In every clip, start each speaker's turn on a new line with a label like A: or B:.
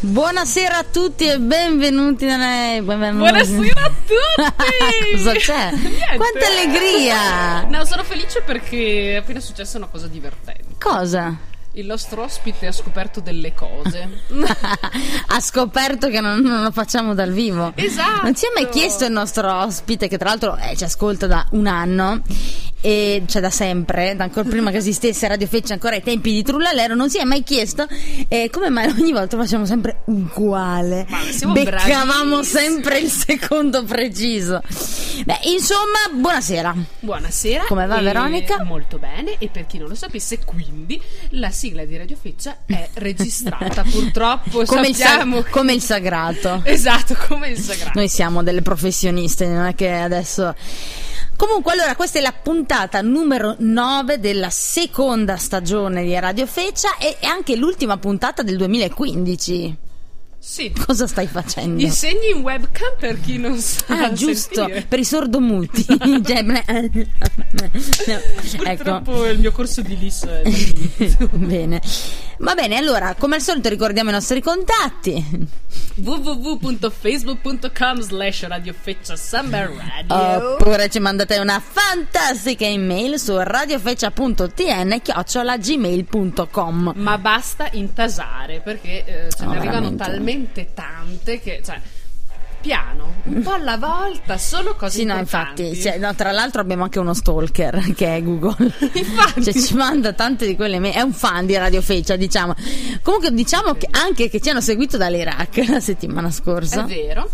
A: Buonasera a tutti e benvenuti nella...
B: Buonasera a tutti!
A: Cosa c'è?
B: Niente.
A: Quanta allegria!
B: No, sono felice perché è appena successa una cosa divertente.
A: Cosa?
B: Il nostro ospite ha scoperto delle cose.
A: ha scoperto che non, non lo facciamo dal vivo.
B: Esatto.
A: Non ci ha mai chiesto il nostro ospite, che tra l'altro eh, ci ascolta da un anno, e cioè da sempre, da ancora prima che esistesse Radio Feccia, ancora ai tempi di Trullalero, non si è mai chiesto eh, come mai ogni volta facciamo sempre uguale.
B: Ma siamo
A: Beccavamo
B: bravissimi.
A: sempre il secondo preciso. Beh, insomma, buonasera.
B: Buonasera.
A: Come va,
B: e-
A: Veronica?
B: Molto bene. E per chi non lo sapesse, quindi la sigla di Radio Feccia è registrata. Purtroppo
A: Come il, sa-
B: sappiamo. che-
A: come il sagrato.
B: Esatto, come il sagrato.
A: Noi siamo delle professioniste, non è che adesso. Comunque, allora, questa è la puntata numero 9 della seconda stagione di Radio Feccia e è anche l'ultima puntata del 2015.
B: Sì.
A: Cosa stai facendo?
B: I segni in webcam per chi non sa.
A: Ah, giusto,
B: sentire.
A: per i sordomuti. Cioè, no. Ecco.
B: Purtroppo il mio corso di LIS è finito.
A: Bene. Va bene, allora, come al solito ricordiamo i nostri contatti.
B: www.facebook.com slash radiofeccia summer radio
A: Oppure ci mandate una fantastica email su radiofeccia.tn gmail.com
B: ma basta intasare perché eh, ce
A: No,
B: ne arrivano
A: Ah, veramente.
B: talmente tante che cioè piano un po' alla volta solo cose
A: Sì, no,
B: importanti.
A: infatti, cioè, no, tra l'altro abbiamo anche uno stalker che è Google.
B: Infatti.
A: Cioè, ci manda tante di quelle mail. È un fan di Radio Feccia, diciamo. Comunque, diciamo che anche che ci hanno seguito dall'Iraq la settimana
B: è
A: scorsa.
B: vero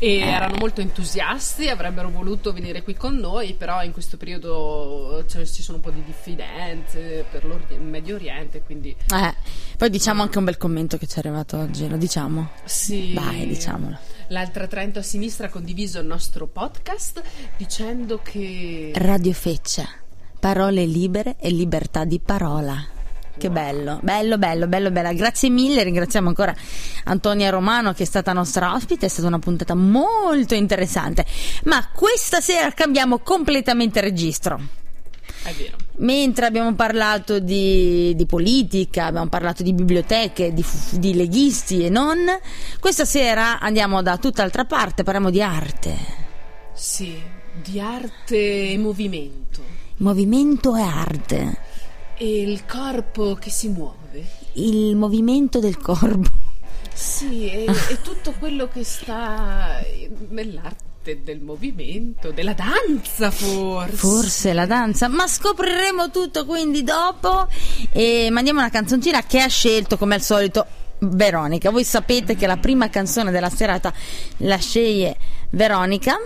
B: e
A: Eh.
B: erano molto entusiasti avrebbero voluto venire qui con noi però in questo periodo cioè, ci sono un po' di diffidenze per l'Ori- il Medio Oriente quindi
A: Eh, poi diciamo anche un bel commento che ci è arrivato oggi, lo diciamo.
B: sì
A: Dai, diciamolo.
B: l'altra Trento a sinistra ha condiviso il nostro podcast dicendo che
A: Radio Feccia, parole libere e libertà di parola. Che bello, bello, bello, bello, bella. Grazie mille, ringraziamo ancora Antonia Romano che è stata nostra ospite, è stata una puntata molto interessante. Ma questa sera cambiamo completamente registro.
B: è vero
A: Mentre abbiamo parlato di, di politica, abbiamo parlato di biblioteche, di, fu- di leghisti e non, questa sera andiamo da tutt'altra parte, parliamo di arte.
B: Sì, di arte e movimento.
A: Movimento e arte.
B: E il corpo che si muove.
A: il movimento del corpo.
B: Sì, e,
A: Ah.
B: e tutto quello che sta nell'arte del movimento, della danza forse.
A: Forse la danza, ma scopriremo tutto quindi dopo. E mandiamo una canzoncina che ha scelto come al solito Veronica. Voi sapete che la prima canzone della serata la sceglie Veronica.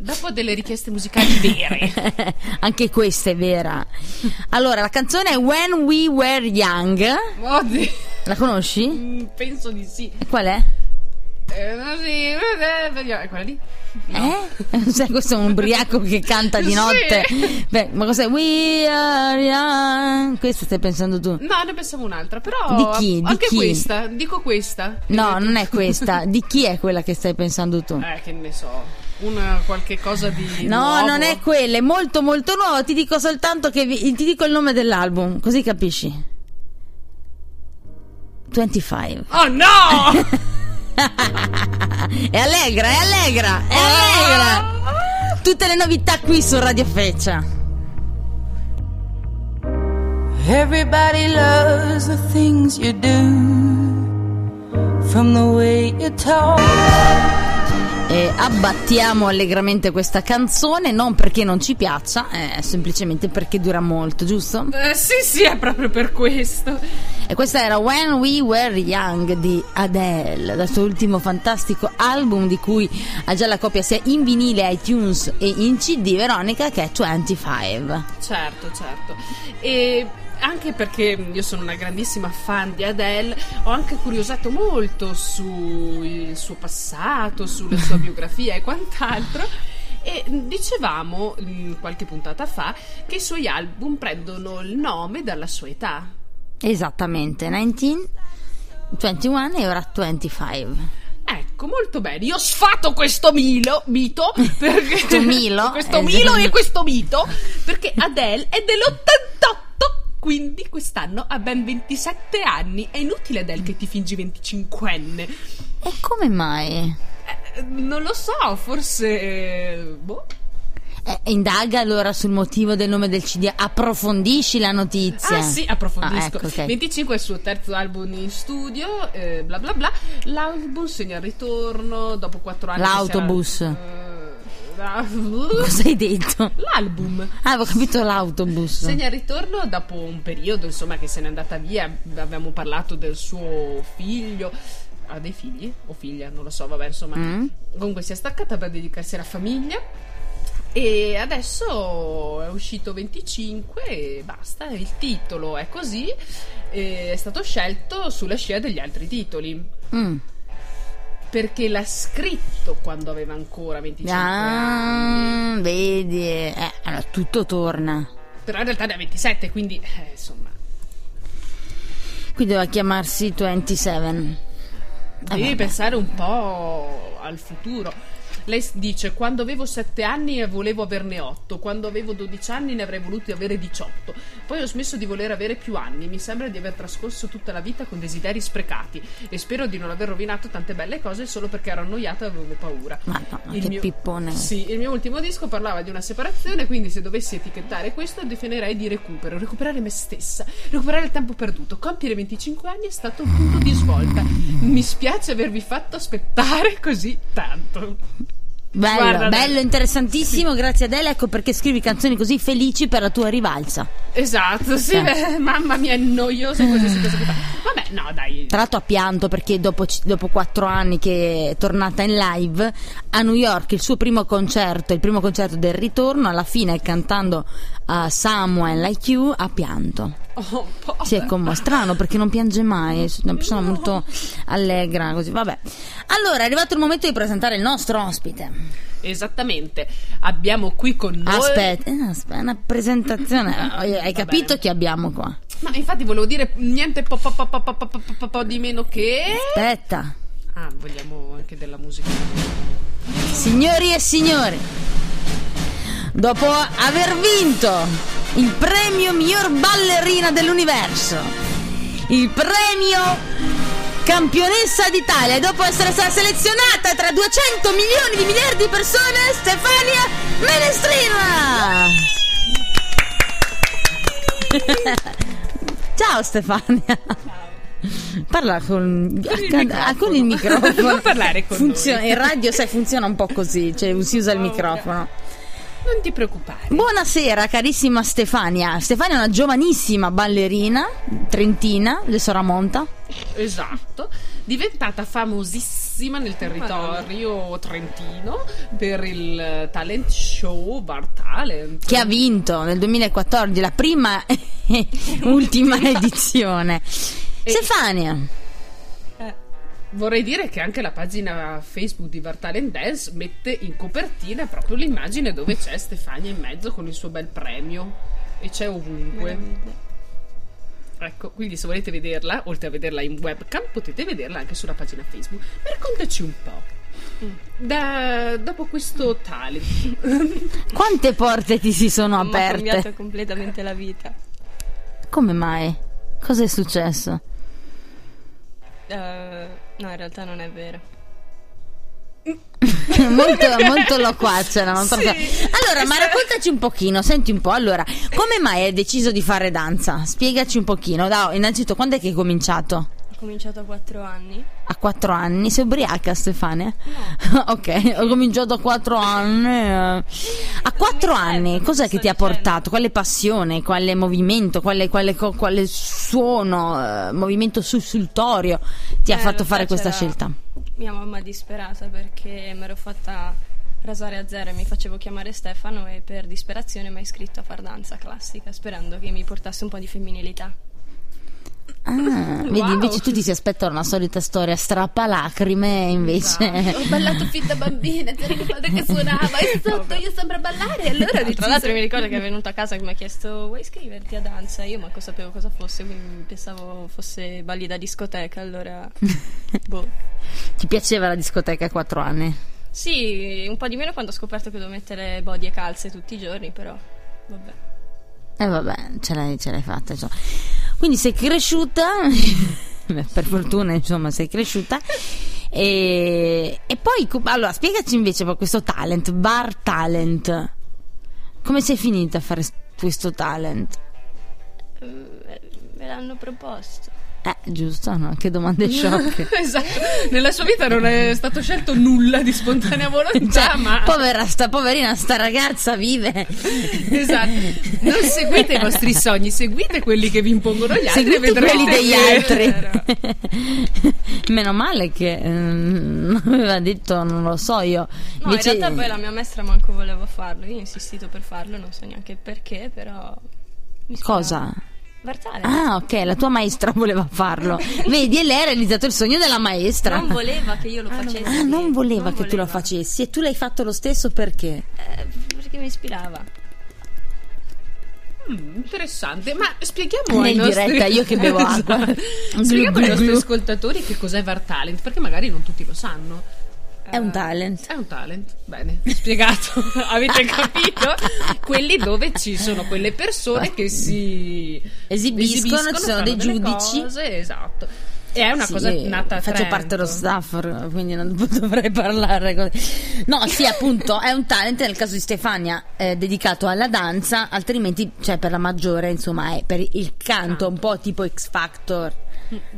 B: Dopo delle richieste musicali vere.
A: Anche questa è vera. Allora, la canzone è When We Were Young.
B: Oddio,
A: La conosci?
B: mm, penso di sì.
A: Qual è?
B: Eh, no, sì, eh, vediamo, è quella lì?
A: Eh? Cioè, questo è un ubriaco che canta di
B: Sì.
A: notte. Beh, ma cos'è? We are young. Questo stai pensando tu?
B: No, ne pensavo un'altra, però...
A: Di chi? Di
B: Anche
A: chi?
B: questa, dico questa.
A: No, non è questa. Di chi è quella che stai pensando tu?
B: Eh, che ne so, una qualche cosa di
A: No,
B: Eh, nuovo.
A: non è quella, è molto molto nuova. Ti dico soltanto che vi- ti dico il nome dell'album, così capisci. 25.
B: Oh no!
A: È allegra, è allegra, è
B: Ah!
A: allegra. Tutte le novità qui su Radio Feccia.
C: Everybody loves the things you do, from the way you talk.
A: E abbattiamo allegramente questa canzone, non perché non ci piaccia, eh, semplicemente perché dura molto, giusto?
B: Eh, sì, sì, è proprio per questo.
A: E questa era When We Were Young di Adele, dal suo ultimo fantastico album di cui ha già la copia sia in vinile iTunes e in CD Veronica che è 25.
B: Certo, certo. E anche perché io sono una grandissima fan di Adele, ho anche curiosato molto sul suo passato, sulla sua biografia e quant'altro. E dicevamo mh, qualche puntata fa che i suoi album prendono il nome dalla sua età.
A: Esattamente, 19, 21 e ora 25.
B: Ecco, molto bene. Io sfato questo Milo, mito, perché
A: Questo Milo?
B: questo
A: Eh,
B: Milo
A: sì.
B: e questo mito, perché Adele è dell'88, quindi quest'anno ha ben 27 anni. È inutile, Adele, che ti fingi 25enne.
A: E come mai?
B: Eh, non lo so, forse... eh, Boh.
A: Eh, indaga allora sul motivo del nome del CD, approfondisci la notizia.
B: Ah sì, approfondisco.
A: Ah, ecco, ok.
B: 25 è il suo terzo album in studio, eh, bla bla bla. L'album segna il ritorno dopo 4 anni. che
A: L'autobus.
B: si era- eh,
A: Cosa hai detto?
B: L'album
A: Ah, avevo capito l'autobus.
B: segna il ritorno dopo un periodo, insomma, che se n'è andata via. Abbiamo parlato del suo figlio. Ha dei figli? O figlia, non lo so, vabbè, insomma.
A: Mm?
B: Comunque si è staccata per dedicarsi alla famiglia. E adesso è uscito 25 e basta. Il titolo è così. e è stato scelto sulla scia degli altri titoli.
A: Mm.
B: Perché l'ha scritto quando aveva ancora 25 anni.
A: Ah, vedi, eh, allora tutto torna.
B: Però in realtà ne ha 27, quindi eh, insomma.
A: Qui doveva chiamarsi 27.
B: Devi pensare un po' al futuro. Lei s- dice: Quando avevo 7 anni volevo averne 8, quando avevo 12 anni ne avrei voluti avere 18. Poi ho smesso di voler avere più anni. Mi sembra di aver trascorso tutta la vita con desideri sprecati e spero di non aver rovinato tante belle cose solo perché ero annoiata e avevo paura.
A: Madonna,
B: Il
A: Ah, che
B: mio-
A: pippone.
B: Sì, il mio ultimo disco parlava di una separazione, quindi se dovessi etichettare questo definirei di recupero, recuperare me stessa, recuperare il tempo perduto. Compiere 25 anni è stato un punto di svolta. Mi spiace avervi fatto aspettare così tanto.
A: Bello,
B: Guarda,
A: bello,
B: dai.
A: interessantissimo, grazie Adele, ecco perché scrivi canzoni così felici per la tua rivalsa.
B: Esatto, sì,
A: Eh.
B: beh, mamma mia, è noioso così si Vabbè, no, dai.
A: Tra l'altro ha pianto perché dopo, c- dopo quattro anni che è tornata in live a New York il suo primo concerto, il primo concerto del ritorno, alla fine cantando a Someone Like You ha pianto.
B: Oh, po-
A: Si è commo- strano perché non piange mai, è una persona molto allegra così, vabbè. Allora è arrivato il momento di presentare il nostro ospite.
B: Esattamente. Abbiamo qui con noi
A: Aspetta, eh, aspetta, una presentazione,
B: Va
A: hai capito
B: bene.
A: chi abbiamo qua?
B: Ma infatti volevo dire niente po, po, po, po, po, po, po- po- po- di meno che
A: Aspetta.
B: Ah, vogliamo anche della musica.
A: Signori e signori, dopo aver vinto il premio miglior ballerina dell'universo, il premio campionessa d'Italia, e dopo essere stata selezionata tra 200 milioni di miliardi di persone, Stefania Menestrina! Ciao Stefania! Parla con, ah, con il microfono.
B: Non parlare con
A: funziona, in radio sai funziona un po' così, cioè si usa il microfono.
B: Non ti preoccupare.
A: Buonasera carissima Stefania. Stefania è una giovanissima ballerina trentina, le Soramonta.
B: Esatto. Diventata famosissima nel territorio trentino per il talent show Bar Talent.
A: che ha vinto nel 2014 la prima e ultima edizione. Stefania,
B: Vorrei dire che anche la pagina Facebook di Bar Talent Dance mette in copertina proprio l'immagine dove c'è Stefania in mezzo con il suo bel premio. E c'è ovunque. Ecco, quindi se volete vederla, oltre a vederla in webcam, potete vederla anche sulla pagina Facebook. Raccontaci un po'.
D: Mm.
B: Da- dopo questo talent,
A: quante porte ti si sono
E: Mi ha cambiato
A: aperte?
E: completamente la vita.
A: Come mai? Cosa è successo?
E: Eh, no, in realtà non è vero.
A: molto, molto loquace, no? Non so
B: Sì.
A: perché. Allora, ma raccontaci un pochino, senti un po'. Allora, come mai hai deciso di fare danza? Spiegaci un pochino. Da, innanzitutto, quando è che hai cominciato?
E: Ho cominciato a 4 anni.
A: A 4 anni? Sei ubriaca, Stefania? ok, ho cominciato a 4 anni. eh. A 4 anni,
E: serve,
A: cos'è
E: ecco, sto
A: che ti ha
E: dicendo.
A: portato? Quale passione, quale movimento, quale, quale co- quale suono, eh, movimento sussultorio ti ha fatto
E: Eh, in realtà
A: fare questa
E: c'era
A: scelta?
E: Mia mamma disperata perché mi ero fatta rasare a zero e mi facevo chiamare Stefano e per disperazione mi ha iscritto a far danza classica sperando che mi portasse un po' di femminilità.
A: Ah, vedi, invece tutti si aspettano una solita storia strappalacrime, e invece.
D: Ho ballato fin da bambina, c'era mio padre che suonava e sotto io sembra ballare e allora ho deciso-
E: Tra l'altro mi ricordo che è venuto a casa e mi ha chiesto vuoi iscriverti a danza? Io manco sapevo cosa fosse, quindi pensavo fosse balli da discoteca, allora... boh.
A: Ti piaceva la discoteca a 4 anni?
E: Sì, un po' di meno quando ho scoperto che devo mettere body e calze tutti i giorni, però vabbè.
A: E Eh, vabbè, ce l'hai, ce l'hai fatta. Insomma. Quindi sei cresciuta, beh, per fortuna insomma sei cresciuta. E, e poi, co- allora, spiegaci invece poi questo talent, bar talent. Come sei finita a fare s- questo talent?
E: Me l'hanno proposto.
A: Eh, giusto, no? Che domande sciocche.
B: esatto. Nella sua vita non è stato scelto nulla di spontanea volontà,
A: Cioè,
B: ma
A: povera sta, poverina, sta ragazza vive.
B: Esatto. Non seguite i vostri sogni, seguite quelli che vi impongono gli altri e
A: Seguite
B: vedrete
A: quelli degli
B: che-
A: altri. Meno male che ehm, non aveva detto, non lo so io.
E: No,
A: Invece-
E: in realtà poi la mia maestra manco voleva farlo. Io ho insistito per farlo, non so neanche perché, però. mi ispirava.
A: Cosa?
E: Bartale.
A: Ah, ok, la tua maestra voleva farlo. Vedi, e lei ha realizzato il sogno della maestra.
E: Non voleva che io lo facessi.
A: Ah, non voleva
E: Non
A: che tu lo
E: voleva.
A: facessi e tu l'hai fatto lo stesso perché?
E: Eh, perché mi ispirava.
B: Mm, interessante, ma spieghiamo ai
A: Nel
B: nostri...
A: diretta, io che bevo
B: Esatto.
A: acqua.
B: Spieghiamo
A: Glu,
B: ai
A: glu,
B: nostri
A: glu.
B: ascoltatori che cos'è Var Talent, perché magari non tutti lo sanno. Eh,
A: È
E: Eh,
A: un talent.
B: È un talent, bene, spiegato, avete capito? Quelli dove ci sono quelle persone che si
A: Esibiscono, ci sono
B: fanno
A: dei
B: delle
A: giudici.
B: cose, esatto. E è una
A: Sì,
B: cosa
A: eh,
B: nata a
A: Faccio
B: Trento.
A: parte dello staff, quindi non dovrei parlare così. No, sì, appunto, è un talent nel caso di Stefania eh, dedicato alla danza, altrimenti, cioè per la maggiore, insomma, è per il canto, un po' tipo X Factor.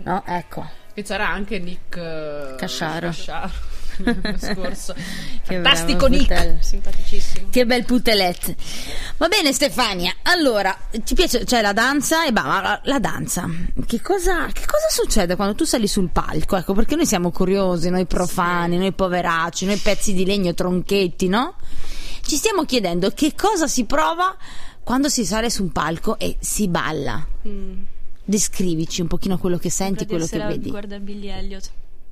A: No, ecco.
B: E c'era anche Nick eh,
A: Casciaro.
B: Casciaro l'anno scorso.
A: Che
B: Fantastico
A: bravo
B: Nick.
A: Putel.
E: Simpaticissimo.
A: Che bel putelet. Va bene Stefania, allora, ti piace, cioè la danza e bah, ma la, la danza, che cosa, che cosa succede quando tu sali sul palco? Ecco, perché noi siamo curiosi, noi profani, noi poveracci, noi pezzi di legno tronchetti, no? Ci stiamo chiedendo che cosa si prova quando si sale su un palco e si balla.
E: Mm.
A: Descrivici un pochino quello che senti,
E: Proprio
A: quello che
E: sera
A: vedi.
E: Guarda Billy Elliot.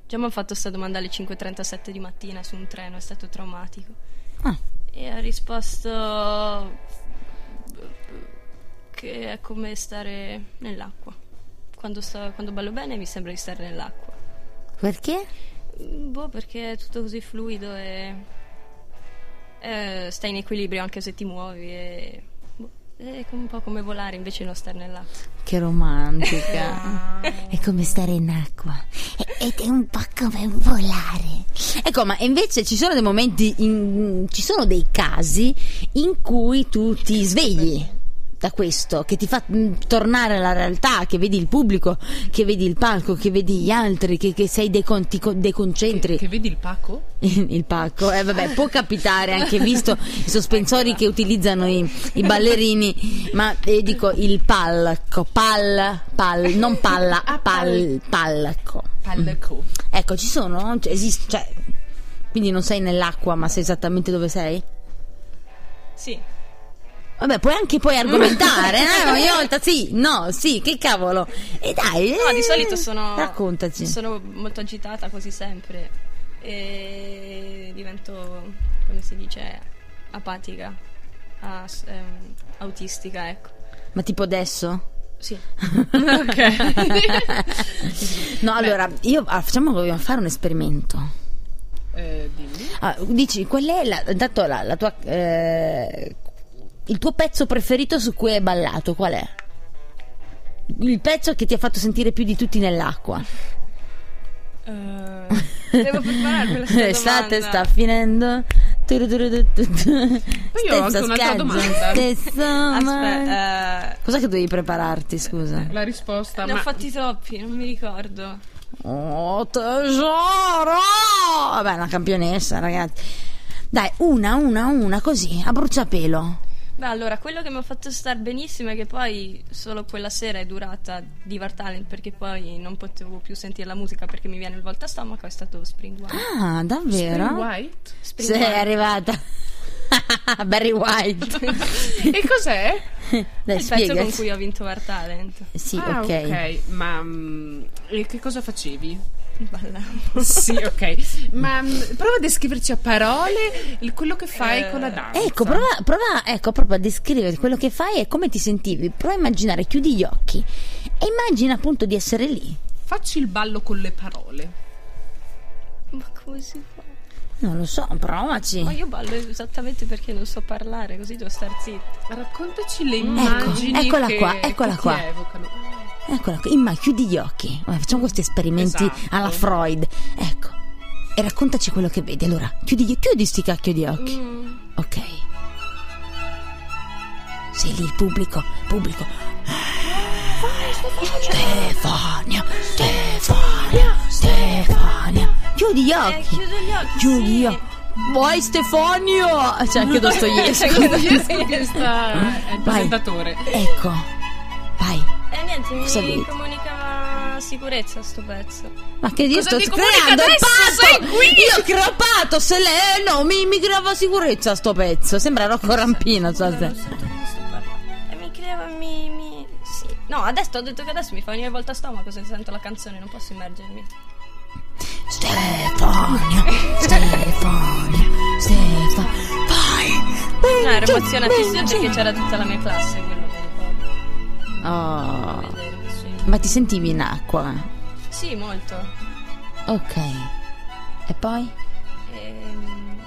E: Già mi hanno fatto questa domanda alle 5.37 di mattina su un treno, è stato traumatico.
A: Ah,
E: E ha risposto che è come stare nell'acqua. Quando, sto- quando ballo bene mi sembra di stare nell'acqua.
A: perché?
E: Mm, Boh, perché è tutto così fluido e eh, stai in equilibrio anche se ti muovi e... boh, è un po' come volare invece di non stare nell'acqua.
A: Che romantica. È come stare in acqua. È- Ed è un po' come volare. Ecco, ma invece ci sono dei momenti, in- ci sono dei casi in cui tu ti svegli da questo, che ti fa mm, tornare alla realtà, che vedi il pubblico, che vedi il palco, che vedi gli altri, che, che sei decon- ti co- deconcentri.
B: Che vedi il Paco?
A: Il pacco, eh, vabbè, può capitare anche visto i sospensori che utilizzano i, i ballerini, ma eh, dico il palco, pal, pal, non palla,
B: Ah,
A: pal, palco.
B: Palco.
A: Ecco, ci sono, cioè, esiste, cioè, quindi non sei nell'acqua, ma sai esattamente dove sei?
E: Sì,
A: Vabbè, puoi anche poi argomentare, eh? Ogni volta sì, no, sì, che cavolo. E dai,
E: No,
A: eh,
E: di solito sono.
A: Raccontaci.
E: Sono molto agitata quasi sempre. E divento, come si dice, apatica, as- ehm, autistica, ecco.
A: Ma tipo adesso?
E: Sì.
A: No, allora, io ah, facciamo vogliamo fare un esperimento.
B: Eh, dimmi.
A: Ah, dici, qual è la, intanto la, la tua, eh, il tuo pezzo preferito su cui hai ballato? Qual è? Il pezzo che ti ha fatto sentire più di tutti nell'acqua.
E: Eh, devo prepararmi la domanda.
A: L'estate Eh, sta finendo. Poi
B: io ho anche un'altra domanda.
A: Aspetta.
E: Aspetta, eh,
A: Cos'è che dovevi prepararti, scusa?
B: La risposta,
E: ne ho
B: ma
E: fatti troppi, non mi ricordo.
A: Oh, tesoro! Vabbè, una campionessa, ragazzi. Dai, una, una, una, così, a bruciapelo.
E: Beh, allora, quello che mi ha fatto star benissimo è che poi solo quella sera è durata di Var Talent perché poi non potevo più sentire la musica perché mi viene il volta stomaco, è stato Spring One.
A: Ah, davvero?
B: Spring White?
E: Spring
A: Sei
E: One.
A: arrivata. Barry White.
B: e cos'è?
E: È
A: Dai,
E: il pezzo con
A: spiegaci.
E: cui ho vinto War Talent.
A: Sì,
B: Ah,
A: ok.
B: ok. Ma mm, e che cosa facevi?
E: Ballavo.
B: sì, ok. Ma mm, prova a descriverci a parole il- quello che fai con la danza.
A: Ecco, prova, prova ecco, proprio a descrivere quello che fai e come ti sentivi. Prova a immaginare, chiudi gli occhi e immagina appunto di essere lì.
B: Facci il ballo con le parole.
E: Ma come si fa?
A: Non lo so, provaci.
E: Ma io ballo esattamente perché non so parlare, così devo star zitta.
B: Raccontaci le immagini
A: Ecco, eccola
B: che,
A: qua, eccola
B: che ti
A: qua.
B: evocano.
A: Eccola qui, Imma, chiudi gli occhi. Vabbè, facciamo questi esperimenti
B: Esatto.
A: alla Freud. Ecco. E raccontaci quello che vedi. Allora, chiudi, gli- chiudi sti cacchio di occhi. Ok. Sei lì, il pubblico, pubblico. Stefania, Stefania, Stefania. Chiudi gli
E: Eh,
A: occhi.
E: chiudo gli occhi.
A: Chiudi
E: sì.
A: gli occhi. Vuoi Stefanio? Cioè, chiedo sto
B: Ecco,
A: io.
B: Dostoevsky che sta- è il presentatore.
A: Ecco. Vai.
E: E Eh, niente, mi
A: Cosa vedi?
E: comunica sicurezza sto pezzo.
A: Ma che io
B: Cosa
A: sto
B: mi comunica
A: creando il
B: adesso?
A: patto!
B: Sei qui!
A: Io ho creato patto, se le no, mi, mi creava sicurezza sto pezzo. Sembra Rocco Rampino.
E: Scusa,
A: cioè.
E: non sento come sto parlando. E Eh, mi crea, mi, mi... Sì. No, adesso ho detto che adesso mi fa ogni volta stomaco se sento la canzone, non posso immergermi.
A: Stefania, Stefania, Stefania. Vai!
E: No, ero
A: Vinci,
E: emozionatissima
A: vinci.
E: perché c'era tutta la mia classe, quello che ricordo.
A: Oh,
E: Vedere, sì.
A: ma ti sentivi in acqua?
E: Sì, molto.
A: Ok. E poi?
E: Ehm,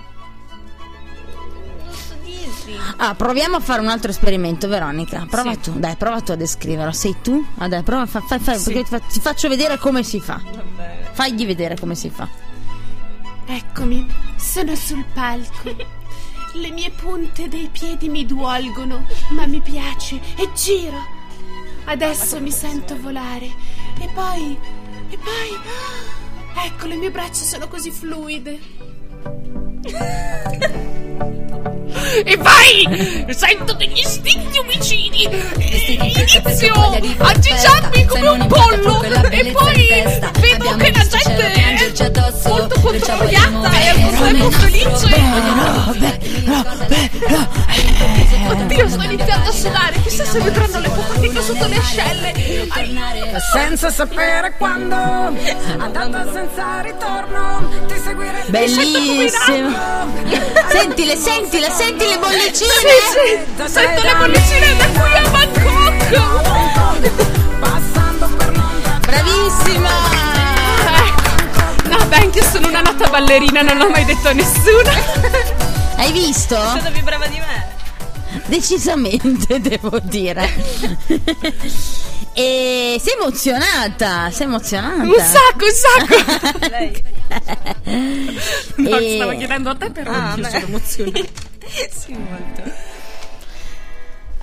E: Non so dirti.
A: Ah, proviamo a fare un altro esperimento, Veronica. Prova
B: Sì.
A: tu, dai, prova tu a descriverlo. Sei tu? Ah, dai, prova, fa, fai- fai-
B: Sì.
A: perché ti fa- ti faccio vedere come si fa.
E: Vabbè.
A: Fagli vedere come si fa.
D: Eccomi, sono sul palco. Le mie punte dei piedi mi duolgono, ma mi piace e giro. Adesso mi sento volare. E poi, e poi... Ecco, le mie braccia sono così fluide.
B: E vai! Sento degli istinti omicidi! E inizio a giggiarmi come un pollo! E poi vedo che la gente è molto contrariata e al contempo felice! Oddio, sto iniziando a sudare! Chissà se vedranno le popatiche sotto le ascelle!
F: Senza sapere quando, andando senza ritorno, ti seguirei.
A: Bellissimo. Sentile, sentile, senti le bollicine.
B: Sì, sì! Sento le bollicine da qui a Bangkok!
F: Passando per Londra,
A: Bravissima.
B: Ecco. No, beh, anche io sono una nata ballerina, non l'ho mai detto a nessuno!
A: Hai visto?
E: Sono più brava di me.
A: Decisamente devo dire. E sei emozionata, sei emozionata.
B: Un sacco, un sacco!
E: Lei.
B: No,
A: E-
B: stavo chiedendo a te però
E: Ah,
B: anch'io
E: beh.
B: sono emozionata.
E: sì, molto.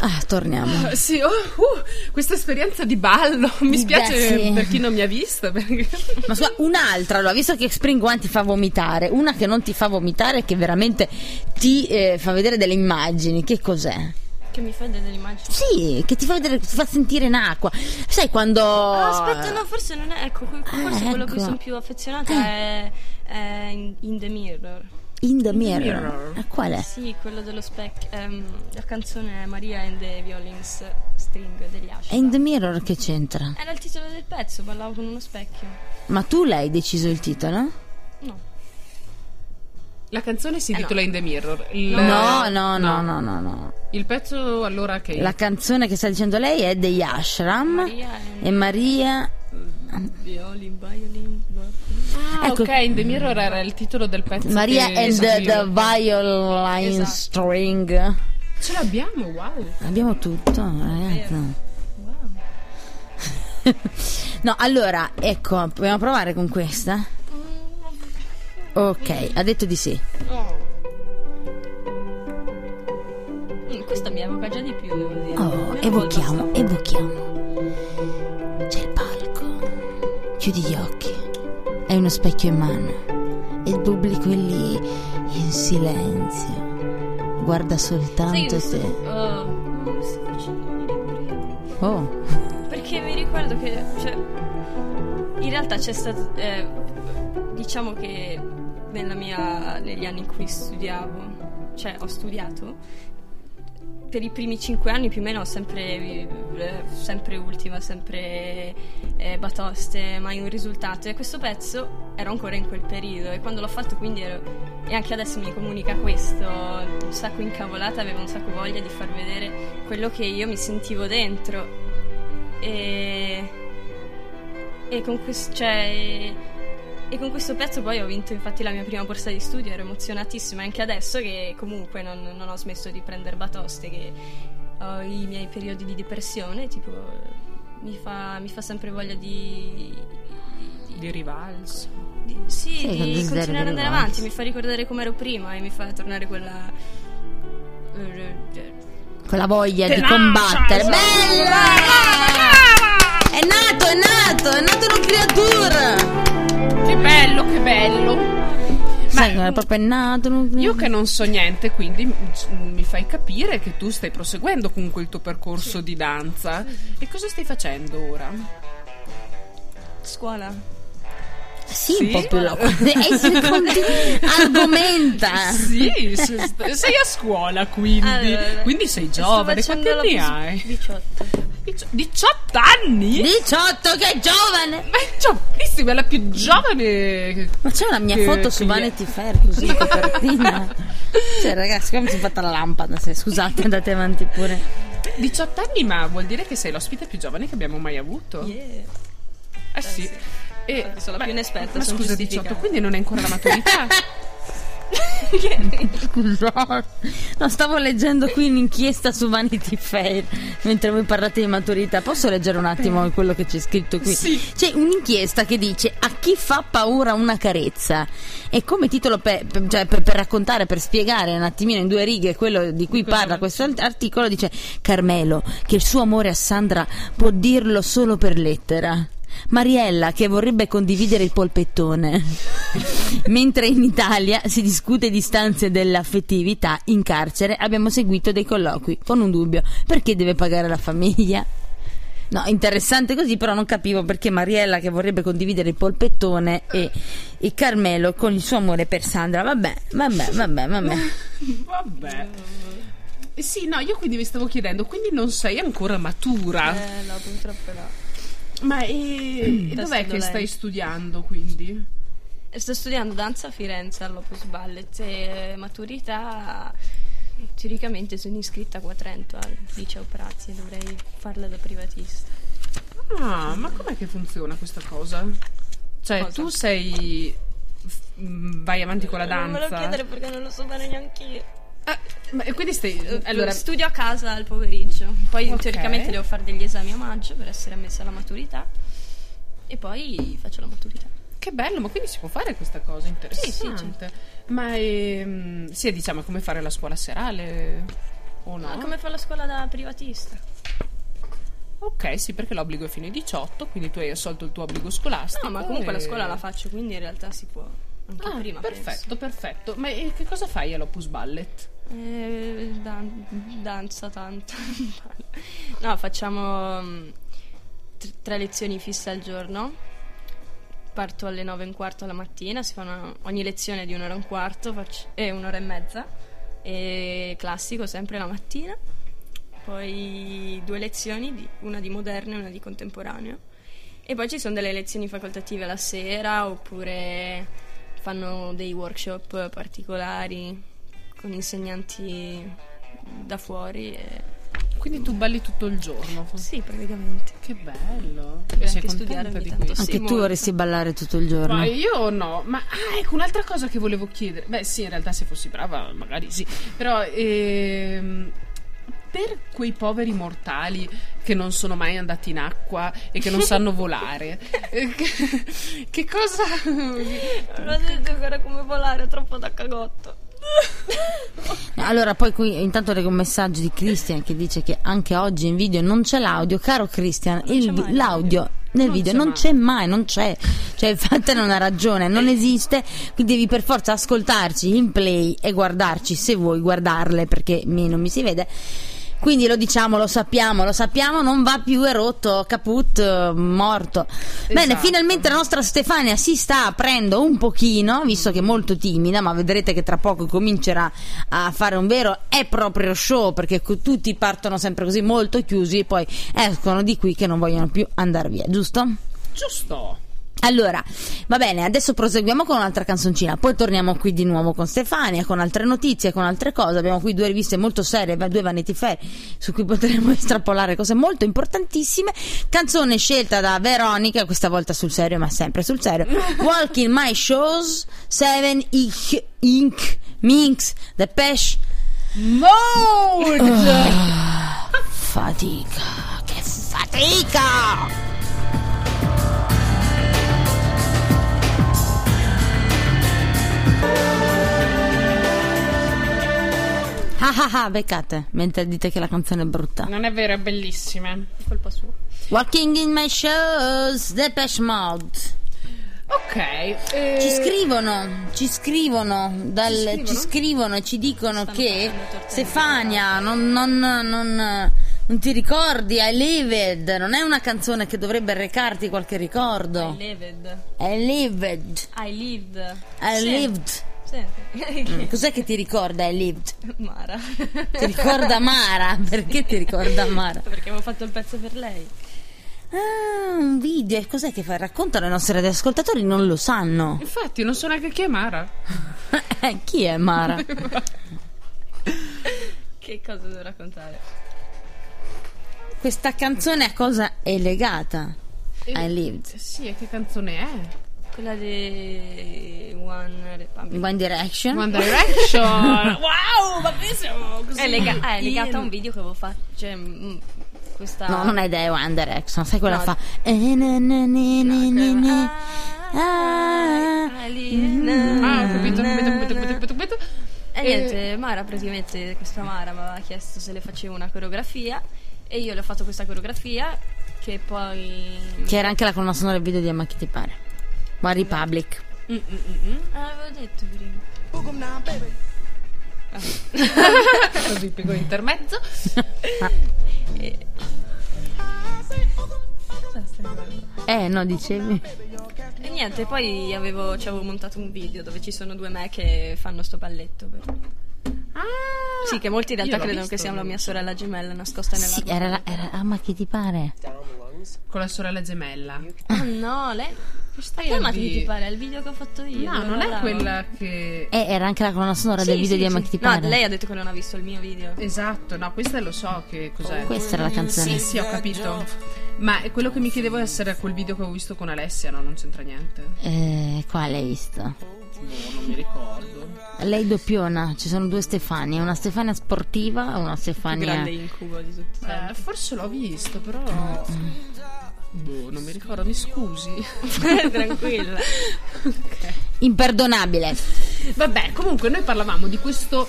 A: Ah, torniamo.
B: sì, oh, uh, questa esperienza di ballo mi spiace
A: Beh, sì.
B: per chi non mi ha vista perché
A: Ma scusa, un'altra, allora, visto che Spring One ti fa vomitare, una che non ti fa vomitare, che veramente ti eh, fa vedere delle immagini, che cos'è?
E: Che mi fai delle immagini.
A: Sì, che ti fa vedere, ti fa sentire in acqua. Sai quando.
E: Ah, aspetta, no, forse non è. Ecco, que- forse quello a cui
A: ecco.
E: sono più affezionata è, è in, in The Mirror.
A: In the mirror.
B: mirror.
A: Ah, qual è?
E: Sì, quello dello specchio. ehm, la canzone è Maria and the Violins String degli Ash.
A: È in the mirror che c'entra.
E: Era il titolo del pezzo, ballavo con uno specchio.
A: Ma tu l'hai deciso il titolo?
E: No.
B: la canzone si intitola In the Mirror. Il-
A: Eh No, no, no, no, no, no.
B: Il pezzo allora che
A: La canzone che sta dicendo lei è degli Ashram
E: Maria and-
A: e Maria.
E: Violin, violin, violin.
B: Ah,
A: ecco-
B: ok, In the Mirror era il titolo del pezzo.
A: Maria
B: che
A: and the, the
B: scrive.
A: Violin
E: Esatto.
A: String.
B: Ce l'abbiamo, wow.
A: Abbiamo tutto, ragazzi.
E: Wow.
A: No, allora, ecco, vogliamo provare con questa? Ok, ha detto di sì.
E: Mm, Questa mi evoca già di più, devo dire.
A: Oh,
E: Mi
A: evochiamo, evochiamo. C'è il palco. Chiudi gli occhi. Hai uno specchio in mano. E il pubblico è lì, in silenzio. Guarda
E: Sai che
A: soltanto
E: mi
A: te.
E: sto- oh, mi sto facendo venire i brividi.
A: Oh,
E: Perché mi ricordo che, cioè, in realtà c'è stato, eh, diciamo che nella mia, negli anni in cui studiavo, cioè ho studiato, per i primi cinque anni più o meno ho sempre, eh, sempre ultima, sempre eh, batoste, mai un risultato. E questo pezzo ero ancora in quel periodo e quando l'ho fatto quindi ero... E anche adesso mi comunica questo, un sacco incavolata, avevo un sacco voglia di far vedere quello che io mi sentivo dentro e, e con questo cioè E con questo pezzo poi ho vinto infatti la mia prima borsa di studio, ero emozionatissima anche adesso che comunque non, non ho smesso di prendere batoste, che ho i miei periodi di depressione, tipo mi fa, mi fa sempre voglia di...
B: Di rivalso.
E: di- sì,
A: Sì, con
E: di
A: desiderio di
E: continuare ad andare
A: rivalso.
E: avanti, mi fa ricordare come ero prima e mi fa tornare quella... eh,
A: Con la voglia di
B: Tenacia,
A: combattere. Bella!
B: esatto.
A: È nato, è nato, è nato una creatura!
B: Che bello, che bello.
A: Sai, è proprio nato una creatura.
B: Io che non so niente, quindi m- mi fai capire che tu stai proseguendo comunque il tuo percorso di danza. E cosa stai facendo ora?
E: Scuola.
A: Sì,
B: Sì?
A: un po' più là. E si conti- argomenta.
B: Sì, se- sei a scuola quindi.
E: Allora,
B: quindi sei
E: Cioè, sto
B: giovane. Quanti
E: facendo la
B: anni
E: pos-
B: hai?
E: 18.
B: Dici- 18 anni?
A: 18 che è giovane!
B: Ma è giovanissima, è la più giovane.
A: Ma c'è una mia
B: Che-
A: foto su
B: che-
A: Vanity Fair così in copertina. cioè, ragazzi, come mi sono fatta la lampada? Se, scusate, andate avanti pure.
B: 18 anni, ma vuol dire che sei l'ospite più giovane che abbiamo mai avuto.
E: Yeah.
B: Eh sì.
E: sì.
B: E-
E: Guarda, sono la
B: ma-
E: più inesperta,
B: Ma
E: sono
B: scusa,
E: giustificata.
B: 18, quindi non è ancora la maturità?
A: Scusate. No, stavo leggendo qui un'inchiesta su Vanity Fair mentre voi parlate di maturità. Posso leggere un attimo quello che c'è scritto qui?
B: Sì.
A: C'è un'inchiesta che dice a chi fa paura una carezza. E come titolo per, per- cioè, per- per raccontare, per spiegare un attimino in due righe quello di cui parla questo art- articolo, dice Carmelo che il suo amore a Sandra può dirlo solo per lettera. Mariella che vorrebbe condividere il polpettone. Mentre in Italia si discute di stanze dell'affettività, in carcere abbiamo seguito dei colloqui con un dubbio: perché deve pagare la famiglia? No, interessante così, però non capivo perché Mariella che vorrebbe condividere il polpettone e, e Carmelo con il suo amore per Sandra. Vabbè, vabbè, vabbè, vabbè.
B: Vabbè. Eh Sì, no, io quindi mi stavo chiedendo, quindi non sei ancora matura.
E: Eh no, purtroppo no.
B: Ma e, e
E: Testo
B: dov'è che
E: dolente.
B: stai studiando quindi?
E: Sto studiando danza a Firenze all'Opus Ballet e eh, maturità teoricamente sono iscritta qua a Trento al liceo Prazzi e dovrei farla da privatista.
B: Ah, ma com'è che funziona questa cosa? Cioè,
E: Cosa? Eh,
B: tu sei. f- mh, vai avanti con la
E: Non me lo
B: danza.
E: chiedere perché non lo so fare neanche io.
B: Ah, ma e quindi
E: Eh,
B: stai. Allora,
E: Studio a casa al pomeriggio, poi
B: Ok.
E: teoricamente devo fare degli esami a maggio per essere ammessa alla maturità e poi faccio la maturità.
B: che bello, ma quindi si può fare questa cosa interessante.
E: sì, certo.
B: Ma ehm, sì, è diciamo come fare la scuola serale o no?
E: Ma Ah, come fa la scuola da privatista?
B: Ok, sì, perché l'obbligo è fino ai 18, quindi tu hai assolto il tuo obbligo scolastico.
E: No, ma comunque la
B: e-
E: scuola la faccio, quindi in realtà si può anche
B: Eh. Ah,
E: prima. penso.
B: perfetto, perfetto. Ma e che cosa fai all'Opus Ballet?
E: Eh, dan- danza tanto. no, facciamo mm, tr- tre lezioni fisse al giorno. Parto alle 9 e un quarto la mattina, si fa una- ogni lezione di un'ora e un quarto faccio- e un'ora e mezza. E classico sempre la mattina. Poi due lezioni, di- una di moderno e una di contemporaneo. E poi ci sono delle lezioni facoltative la sera oppure fanno dei workshop particolari con insegnanti da fuori. E...
B: Quindi tu balli tutto il giorno.
E: Sì, praticamente.
B: Che bello.
E: Deve
B: sei
E: anche studiare
B: contenta
E: ogni
B: di
E: tanto.
B: questo?
E: Sì,
A: Anche tu
E: molto.
A: vorresti ballare tutto il giorno.
B: Ma io no, ma ah, ecco un'altra cosa che volevo chiedere. Beh, sì, in realtà se fossi brava, magari sì, però ehm, per quei poveri mortali che non sono mai andati in acqua e che non sanno volare, eh, che, che cosa.
E: Non ho detto ancora come volare, è troppo da cagotto.
A: Allora, poi qui intanto leggo un messaggio di Christian che dice che anche oggi in video non c'è l'audio. Caro Christian,
E: Non
A: il
E: c'è
A: vi-
E: mai
A: l'audio nel
B: Non
A: video
B: c'è
A: non
B: mai.
A: c'è mai, non c'è. Cioè, fatene una ragione, non esiste. Quindi devi per forza ascoltarci in play e guardarci se vuoi guardarle perché mi- non mi si vede. Quindi lo diciamo, lo sappiamo, lo sappiamo, non va più, è rotto, caput, eh, morto. Bene,
B: Esatto.
A: finalmente la nostra Stefania si sta aprendo un pochino, visto che è molto timida, ma vedrete che tra poco comincerà a fare un vero e proprio show, perché co- tutti partono sempre così molto chiusi e poi escono di qui che non vogliono più andare via, giusto?
B: Giusto.
A: Allora, va bene, adesso proseguiamo con un'altra canzoncina, poi torniamo qui di nuovo con Stefania, con altre notizie, con altre cose. Abbiamo qui due riviste molto serie, va- due Vanity Fair, su cui potremo estrapolare cose molto importantissime. Canzone scelta da Veronica, questa volta sul serio, ma sempre sul serio. Walking My Shows, Seven Ich, Inc, Minx, The Pesh.
B: Mold!
A: Fatica, che fatica! Ah ah ah, beccate, mentre dite che la canzone è brutta.
B: Non è vero, è bellissima.
E: colpa sua.
A: Walking in my shoes, Depeche Mode.
B: Ok. eh,
A: Ci scrivono, ci scrivono, dal- ci scrivono e ci dicono che
E: facendo tortellini.
A: Stefania non, non- non- non ti ricordi, I Lived, non è una canzone che dovrebbe recarti qualche ricordo.
E: Leved.
A: I Lived,
E: I lived.
A: I
E: Sì.
A: Lived.
B: Mm.
E: Senti.
A: Cos'è che ti ricorda I Lived?
E: Mara.
A: Ti ricorda Mara? Perché ti ricorda Mara?
E: Perché avevo fatto il pezzo per lei.
A: Ah, un video, e cos'è che fa? Raccontano i nostri ascoltatori, non lo sanno.
B: Infatti, non so neanche chi è Mara.
A: Eh, Chi è Mara?
E: Che cosa devo raccontare?
A: Questa canzone a cosa è legata? I Lived.
B: Eh, Sì, e che canzone è?
E: Quella di One Republic.
A: One Direction.
B: One Direction!
E: Wow, ma qui siamo
B: Mm.
E: così. È, lega- ah, è legata a un video che avevo fatto. Cioè, mm, questa.
A: No, non hai idea, è One Direction. Sai quella
E: No.
A: fa... Eh, ne, ne, ne, ne, ne, ne. Ah.
E: Ah, aliena.
B: Ah, ho capito, ho capito, ho capito, ho capito, Eh. ho capito.
E: E niente, Mara praticamente, questa Mara mi aveva chiesto se le facevo una coreografia e io le ho fatto questa coreografia che poi...
A: Che era anche la colonna sonora del video di Amma che ti pare. One Republic.
E: Ah, avevo detto prima.
B: Così, piccolo intermezzo.
A: Eh, no, dicevi.
E: E niente, poi avevo, ci avevo montato un video dove ci sono due me che fanno sto balletto. per-
B: Ah!
E: Sì, che molti in realtà
B: io l'ho
E: credono
B: visto.
E: che sia la mia sorella gemella nascosta nella...
A: Sì, era, la- era Amma che ti pare.
B: Con la sorella gemella.
E: Ah, no, lei...
B: Questa è
E: Chiamate
B: il-
E: ti pare, è il video che ho fatto io.
B: No,
E: dove
B: Ah, non è
E: ballavo.
B: quella che...
A: Eh, era anche la colonna sonora
E: Sì,
A: del video
E: sì,
A: di Amma
E: sì.
A: che ti
E: No,
A: pare. Ah,
E: lei ha detto che non ha visto il mio video.
B: Esatto, no, questa lo so che cos'è.
A: Questa era la canzone.
B: Sì, sì, ho capito. Ma è quello che mi chiedevo essere quel video che avevo visto con Alessia, no? Non c'entra niente.
A: Eh, quale hai visto?
B: No, non mi ricordo.
A: Lei doppiona, ci sono due Stefania, una Stefania sportiva e una
E: Il grande
A: Stefania...
E: incubo di tutti i tempi.
B: Eh, forse l'ho visto, però. Boh, non mi ricordo, mi scusi.
E: Tranquilla.
A: Imperdonabile.
B: Vabbè, comunque noi parlavamo di questo.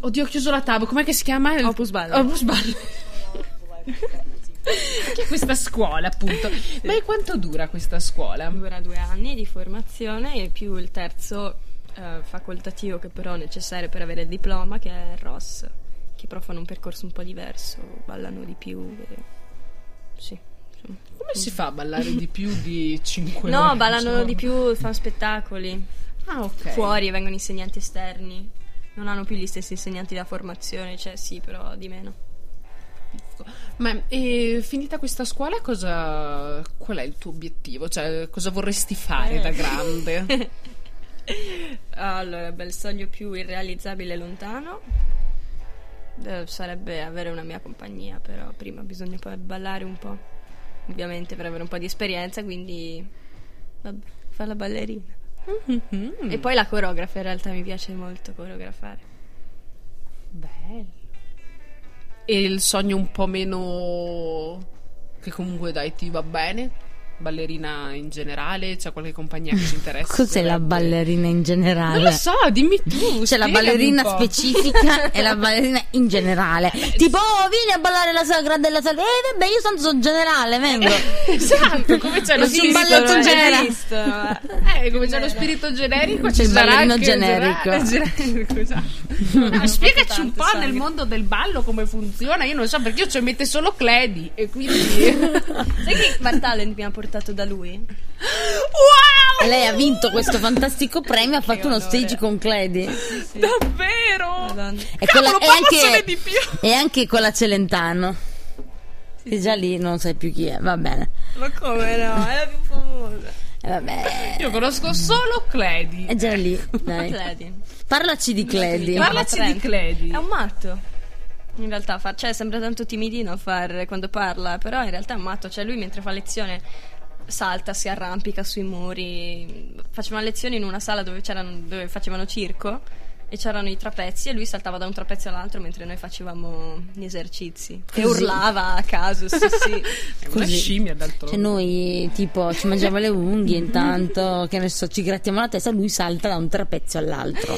B: Oddio, ho chiuso la tab. Com'è che si chiama? Il-
E: Opus Ball.
B: Opus Ball. che è questa scuola, appunto. Ma e quanto dura questa scuola?
E: Dura due anni di formazione e più il terzo eh, facoltativo che però è necessario per avere il diploma, che è il ROS, che però fanno un percorso un po' diverso, ballano di più. e- Sì. insomma.
B: Come si fa a ballare di più di 5
E: No, ballano di più, fanno spettacoli
B: Ah, ok.
E: fuori, vengono insegnanti esterni. Non hanno più gli stessi insegnanti da formazione, cioè sì, però di meno.
B: Ma e, finita questa scuola, cosa, qual è il tuo obiettivo? Cioè, cosa vorresti fare
E: Eh.
B: da grande?
E: Allora, bel sogno più irrealizzabile e lontano. Eh, sarebbe avere una mia compagnia, però prima bisogna poi ballare un po'. Ovviamente per avere un po' di esperienza, quindi vabbè, fare la ballerina.
B: Mm-hmm.
E: E poi la coreografa, in realtà mi piace molto coreografare.
B: Bello. E il sogno un po' meno... che comunque dai, ti va bene? Ballerina in generale? C'è qualche compagnia che ci interessa?
A: Cos'è la ballerina in
B: Non lo
A: generale?
B: so, dimmi tu.
A: C'è la
B: spiegami
A: ballerina
B: un po'. Eh,
A: specifica e la ballerina in generale. Tipo, "Oh, vieni a ballare la sagra della salve. Eh, vabbè, io tanto sono generale, vengo.
B: Esatto, come c'è lo
A: Faccio un
B: spirito...
A: balletto in generale.
B: Eh, come c'è lo spirito generico,
A: C'è
B: c'è
A: il
B: il
A: ballerino generico.
B: generico esatto. Ma spiegaci un po' nel mondo del ballo come funziona. Io non so perché io ci mette solo Cledi e quindi.
E: Sai che Bar Talent mi ha portato da lui?
A: E
B: wow!
A: lei ha vinto questo fantastico premio, ha fatto uno stage con Cledi. E,
B: Davvero!
E: Madonna.
A: quella-
B: Cavolo,
A: e
B: parlasene di
A: anche,
B: più.
A: e anche con la Celentano. Che già lì non sai più chi è, va bene.
E: Ma come no? È la più famosa.
A: Eh, Vabbè,
B: Io conosco solo Cledi.
A: è già lì. Dai.
E: Cledi.
A: Parlaci di Cledi.
E: Guarda-
B: Parlaci
E: Trent.
B: di Cledi.
E: È un matto. In realtà, fa- cioè, sembra tanto timidino a far- quando parla, però in realtà è un matto. Cioè, lui mentre fa lezione salta, si arrampica sui muri. Facevano lezioni in una sala dove, c'erano- dove facevano circo e c'erano i trapezzi e lui saltava da un trapezio all'altro mentre noi facevamo gli esercizi. E urlava a caso, sì, sì.
B: È una
A: Così.
B: scimmia d'altronde.
A: Cioè noi tipo ci mangiamo le unghie intanto, che ne so, ci grattiamo la testa, lui salta da un trapezio all'altro.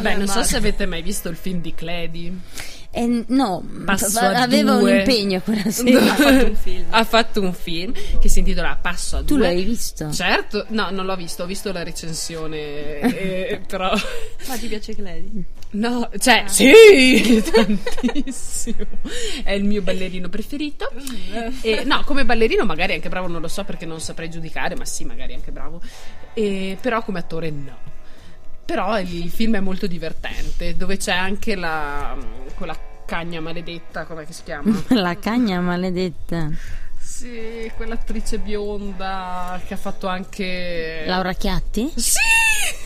B: Beh, non so
E: Marco.
B: se avete mai visto il film di Cledi.
A: E no,
B: Passo a
A: aveva
B: due.
A: un impegno quella sera.
E: Ha fatto un film.
B: ha fatto un film che si intitola Passo a
A: Tu
B: due.
A: l'hai visto?
B: Certo, no, non l'ho visto, ho visto la recensione, eh, però...
E: Ma ti piace Clady?
B: No, cioè, sì, tantissimo. È il mio ballerino preferito. E, no, come ballerino magari anche bravo, non lo so perché non saprei giudicare, ma sì, magari anche bravo. E, però come attore no. Però il, il film è molto divertente, dove c'è anche la... mm, quella cagna maledetta, com'è che si
E: Mm.
B: chiama?
A: La cagna maledetta.
B: Sì, quell'attrice bionda che ha fatto anche...
A: Laura Chiatti?
B: Sì!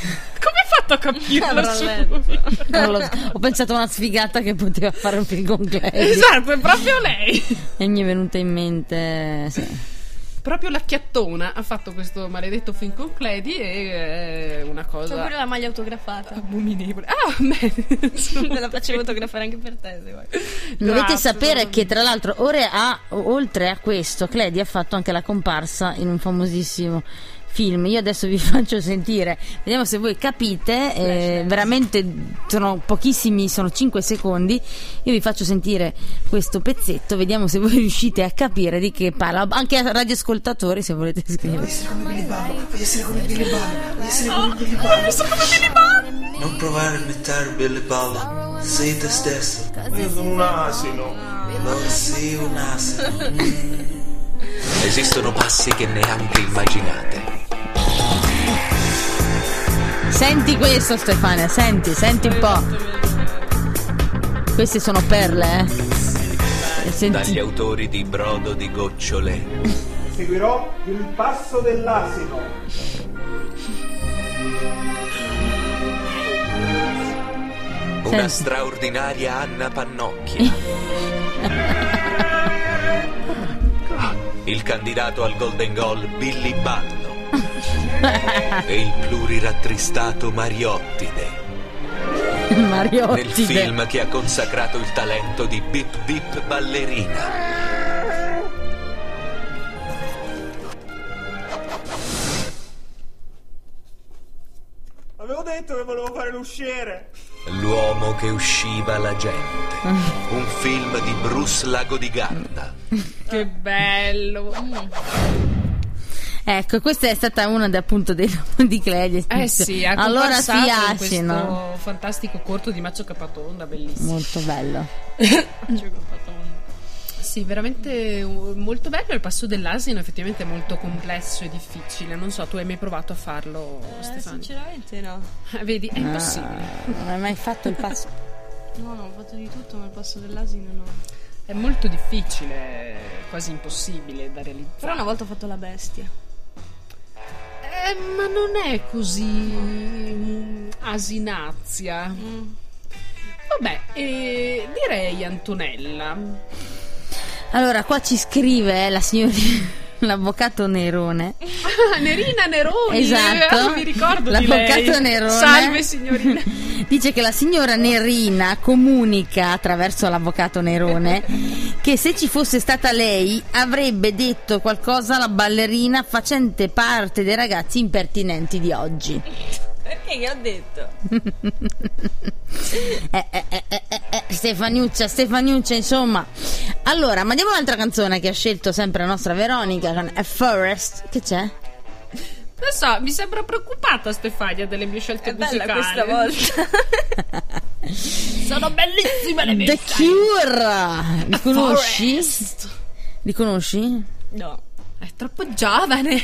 B: Come hai fatto a capirla
E: Avrò
B: subito?
A: Non lo so, Ho pensato a una sfigata che poteva fare un film con Cledi
B: Esatto, è proprio lei!
A: e mi è venuta in mente... sì.
B: Proprio la chiattona ha fatto questo maledetto film con Cledi e è una
E: C'ho
B: cosa
E: pure la maglia autografata.
B: abominevole. Ah, bene!
E: Te la faccio fotografare anche per te, se vuoi.
A: Dovete
B: Grazie.
A: sapere che tra l'altro ore a- oltre a questo Cledi ha fatto anche la comparsa in un famosissimo film. Io adesso vi faccio sentire, vediamo se voi capite, eh, veramente sono pochissimi, sono 5 secondi. Io vi faccio sentire questo pezzetto, vediamo se voi riuscite a capire di che parla, anche a radioascoltatori se volete scrivere.
G: Non provare a imitare Billy Balla, sei te stesso,
H: Io sono un asino.
G: non sei un asino. Esistono passi che neanche immaginate.
A: Senti questo Stefania, senti, senti un po'. Queste sono perle, eh. Senti.
G: Dagli autori di Brodo di Gocciole.
H: Seguirò il passo dell'asino.
G: Una
A: Senti.
G: straordinaria Anna Pannocchia. Il candidato al Golden Goal Billy Ballo. E il plurirattristato Mariottide. Nel
A: Mariotti.
G: film che ha consacrato il talento di Bip Bip Ballerina.
H: Avevo detto che volevo fare l'usciere.
G: L'uomo che usciva la gente. Un film di Bruce Lago di Garda.
B: che bello!
A: Ecco, questa è stata una de- appunto dei di Cledi.
B: Eh sì, ha
A: allora si
B: comparsato in
A: ascino.
B: questo fantastico corto di Maccio Capatonda, bellissimo.
A: Molto bello.
B: Sì, veramente uh, molto bello. Il passo dell'asino effettivamente è molto complesso e difficile. Non so, tu hai mai provato a farlo,
E: Eh,
B: Stefano?
E: sinceramente no.
B: Vedi,
A: Ah.
B: è impossibile.
A: Non hai mai fatto il passo.
E: No, no, ho fatto di tutto, ma il passo dell'asino no.
B: È molto difficile, quasi impossibile da realizzare.
E: Però una volta ho fatto la bestia.
B: Eh, ma non è così mm, asinazia. Vabbè, eh, direi Antonella.
A: Allora, qua ci scrive eh, la signorina, l'avvocato Nerone.
B: Ah, Nerina Neroni.
A: Esatto.
B: eh, mi ricordo di
A: L'avvocato
B: lei.
A: Nerone.
B: Salve signorina.
A: Dice che la signora Nerina comunica attraverso l'avvocato Nerone che se ci fosse stata lei avrebbe detto qualcosa alla ballerina facente parte dei ragazzi impertinenti di oggi.
E: Perché che ho detto?
A: Eh, eh, eh, eh, eh, eh, Stefaniuccia, Stefaniuccia, insomma. Allora, ma andiamo a un'altra canzone che ha scelto sempre la nostra Veronica con A Forest. Che c'è?
B: Non so, mi sembra preoccupata Stefania delle mie scelte
E: È bella
B: musicali.
E: questa volta.
B: Sono bellissime le mie
A: The Cure! Li conosci?
B: Forest.
A: Li conosci?
E: No,
B: È troppo giovane.
E: è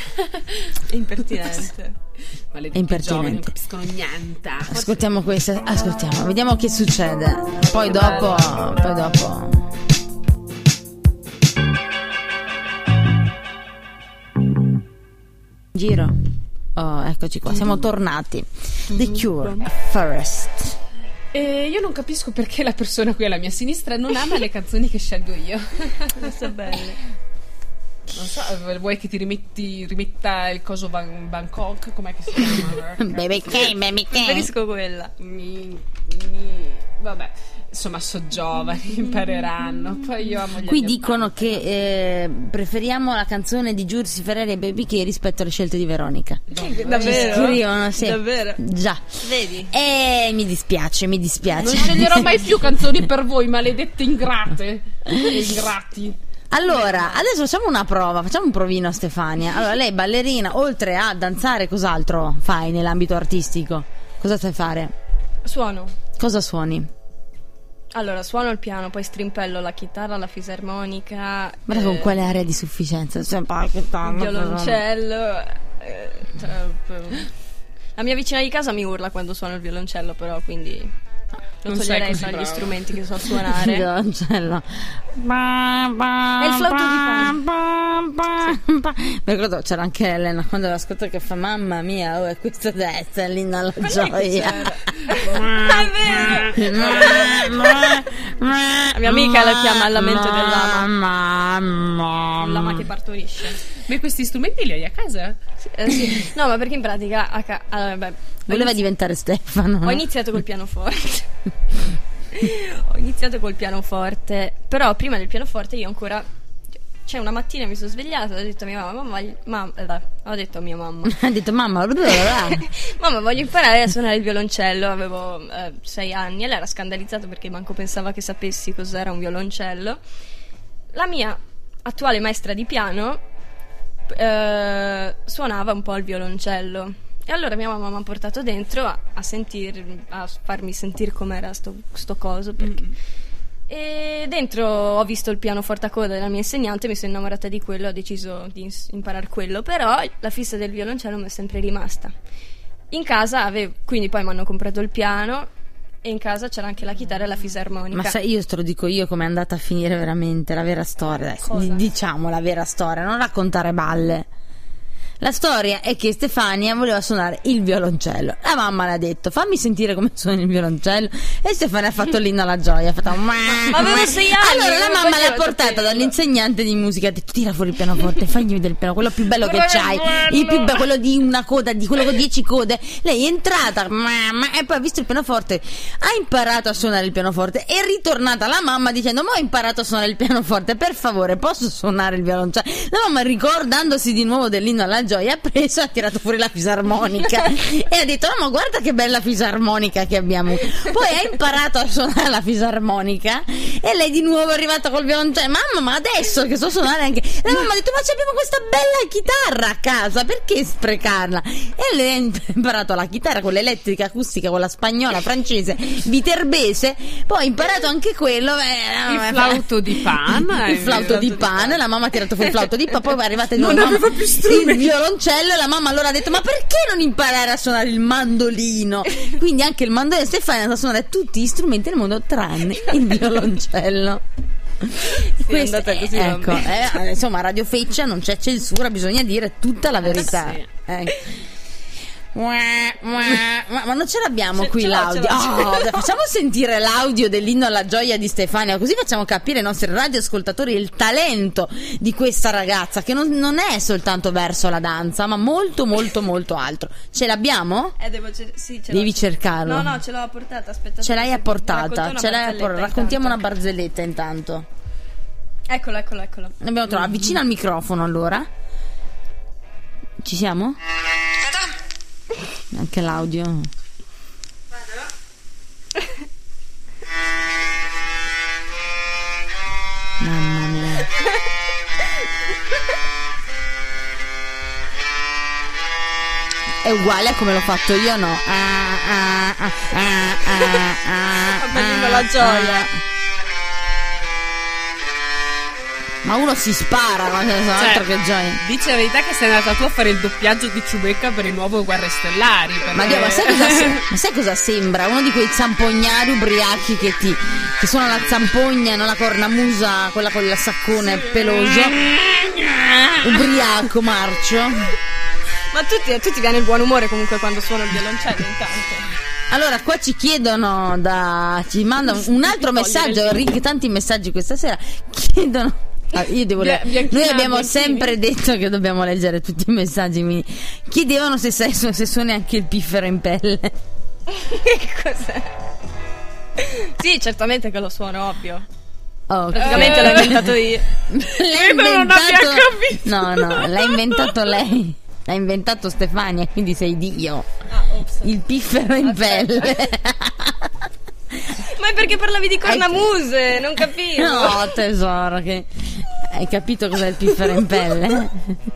E: impertinente.
B: Maledetti
A: È impertinente.
B: giovani, non capiscono niente.
A: Ascoltiamo questa, ascoltiamo, vediamo che succede. Poi dopo, poi dopo. Giro. Oh, eccoci qua, siamo tornati. The Cure, Forest.
B: E io non capisco perché la persona qui alla mia sinistra non ama le canzoni che scelgo io.
E: Questo è bello.
B: Non so, vuoi che ti rimetti, rimetta il coso Ban- Bangkok? Com'è che si chiama?
A: Baby K, baby K.
E: Preferisco quella.
B: mi, mi- vabbè, insomma, so giovani, impareranno. Poi io amo gli
A: Qui
B: anni
A: dicono che eh, preferiamo la canzone di Giursi Ferreri e Baby K rispetto alle scelte di Veronica.
E: Davvero?
A: Ci scrivono, sì.
E: Davvero?
A: Già.
E: Vedi?
A: E mi dispiace, mi
B: Non
A: dispiace.
B: sceglierò mai più canzoni per voi, maledette ingrate. E ingrati.
A: Allora, adesso facciamo una prova, facciamo un provino a Stefania. Allora, lei ballerina, oltre a danzare, cos'altro fai nell'ambito artistico? Cosa sai fare?
E: Suono.
A: Cosa suoni?
E: Allora, suono il piano, poi strimpello la chitarra, la fisarmonica.
A: Ma con
E: eh,
A: quale area di sufficienza? Cioè,
E: il violoncello. eh, cioè, eh, la mia vicina di casa mi urla quando suono il violoncello, però quindi. Non,
B: Non sei
E: toglierei
B: così
E: fra gli
B: brava.
E: strumenti che so
A: Il
E: suonare.
A: violoncello. Ba, ba,
E: È il flauto di
A: ba, ba, ba. Mi ricordo c'era anche Elena quando l'ascolto che fa mamma mia, oh, è questo adesso, è l'inno alla gioia.
E: È vero!
A: La
E: mia amica la chiama il lamento dell'ama.
A: Mamma.
E: Lama che partorisce.
B: Ma questi strumenti li hai a casa?
E: Sì, eh, sì. No, ma perché in pratica. a ca- allora, beh,
A: Voleva eh? diventare Stefano.
E: Ho iniziato col pianoforte. ho iniziato col pianoforte, però prima del pianoforte io ancora cioè una mattina mi sono svegliata, ho detto a mia mamma, mamma, voglio- mam- eh, dai, ho detto a mia mamma,
A: Ha detto mamma, bla, bla, bla.
E: mamma voglio imparare a suonare il violoncello, avevo eh, sei anni e lei era scandalizzata perché manco pensava che sapessi cos'era un violoncello. La mia attuale maestra di piano eh, suonava un po' il violoncello e allora mia mamma mi ha portato dentro a, a sentir- a farmi sentire com'era sto, sto coso perché- E dentro ho visto il pianoforte a coda della mia insegnante, mi sono innamorata di quello, ho deciso di ins- imparare quello, però la fissa del violoncello mi è sempre rimasta. In casa avevo, quindi poi mi hanno comprato il piano e in casa c'era anche la chitarra e la fisarmonica.
A: Ma sai, io te lo dico io com'è andata a finire veramente la vera storia. Adesso,
E: Cosa?
A: di- Diciamo la vera storia, non raccontare balle. La storia è che Stefania voleva suonare il violoncello. La mamma le ha detto: fammi sentire come suoni il violoncello. E Stefania ha fatto l'inno alla gioia. Ha fatto, "Mua,
E: avevo
A: mua".
E: sei anni,
A: Allora la
E: non
A: mamma l'ha
E: volevo
A: portata
E: saperlo.
A: dall'insegnante di musica. Ha detto: tira fuori il pianoforte, fagli vedere il piano, quello più bello che c'hai. Il più bello, quello di una coda, di quello con dieci code. Lei è entrata mua, mua, e poi ha visto il pianoforte. Ha imparato a suonare il pianoforte. È ritornata la mamma dicendo: Ma ho imparato a suonare il pianoforte, per favore, posso suonare il violoncello? La mamma, ricordandosi di nuovo dell'inno alla gioia, ha preso e ha tirato fuori la fisarmonica e ha detto: No, ma guarda che bella fisarmonica che abbiamo. Poi ha imparato a suonare la fisarmonica e lei di nuovo è arrivata col violoncello. Mamma, ma adesso che so suonare anche. La mamma ha detto: Ma abbiamo questa bella chitarra a casa, perché sprecarla? E lei ha imparato la chitarra con l'elettrica acustica, con la spagnola, francese, viterbese. Poi ha imparato anche quello. eh,
B: Il flauto di pan.
A: il flauto di pane, la mamma ha tirato fuori il flauto di pane, poi è arrivata di nuovo
B: Non
A: mamma-
B: aveva più strumenti.
A: il violoncello e la mamma allora ha detto ma perché non imparare a suonare il mandolino? Quindi anche il mandolino Stefania andata a suonare tutti gli strumenti del mondo tranne il violoncello. Questo
E: andata
A: è-
E: così,
A: ecco,
E: vabbè.
A: eh, insomma, Radio Feccia non c'è censura, bisogna dire tutta la verità.
B: sì.
A: Ecco. Mua, mua, mua, ma non ce l'abbiamo
E: Ce-
A: qui
E: ce l'ho,
A: l'audio.
E: ce l'ho, ce
A: Oh, dai, facciamo sentire l'audio dell'inno alla gioia di Stefania, così facciamo capire ai nostri radioascoltatori il talento di questa ragazza, che non, non è soltanto verso la danza, ma molto, molto, molto altro. Ce l'abbiamo?
E: Eh, devo cer- sì, ce l'ho.
A: Devi cercarlo.
E: No, no, ce l'ho a portata, aspetta.
A: Ce l'hai a portata,
E: Racconta
A: ce l'hai a
E: barzelletta
A: por- raccontiamo una
E: intanto.
A: barzelletta intanto.
E: Eccolo, eccolo, eccolo.
A: L'abbiamo trovata
E: Mm-hmm.
A: vicino al microfono allora. Ci siamo? Anche l'audio. Mamma mia. È uguale a come l'ho fatto io, no? Ah, ah, ah, ah, ah, ah,
E: Bellino la gioia.
A: Ma uno si spara, ma cioè, altro che gioia.
B: Dice la verità che sei andata tu a fare il doppiaggio di Ciubecca per il nuovo Guerre Stellari.
A: Ma Dio, ma sai cosa,
B: Eh.
A: se- ma sai cosa sembra? Uno di quei zampognari ubriachi che ti. che sono la zampogna, non la cornamusa, quella con il saccone peloso. Ubriaco marcio.
E: Ma a tutti, a tutti viene il buon umore comunque quando suono il violoncello intanto.
A: Allora, qua ci chiedono da. ci mandano un altro messaggio, Rick, tanti messaggi questa sera. Chiedono. Ah, io devo
B: Bia-
A: le-
B: Bianchina,
A: Noi abbiamo
B: Bianchini.
A: sempre detto che dobbiamo leggere tutti i messaggi. Quindi chiedevano se, sai- se suoni anche il piffero in pelle.
E: Che Cos'è? Sì, certamente che lo suono, ovvio.
B: Eh.
A: Oh,
E: Praticamente
A: ok.
E: l'ho inventato io.
A: L'ha
B: Credo non abbia
A: No,
B: capito.
A: no, l'ha inventato lei. L'ha inventato Stefania, quindi sei Dio. Il piffero in pelle.
E: Ma è perché parlavi di cornamuse, non capivo.
A: No, tesoro, che hai capito cos'è il piffero in pelle?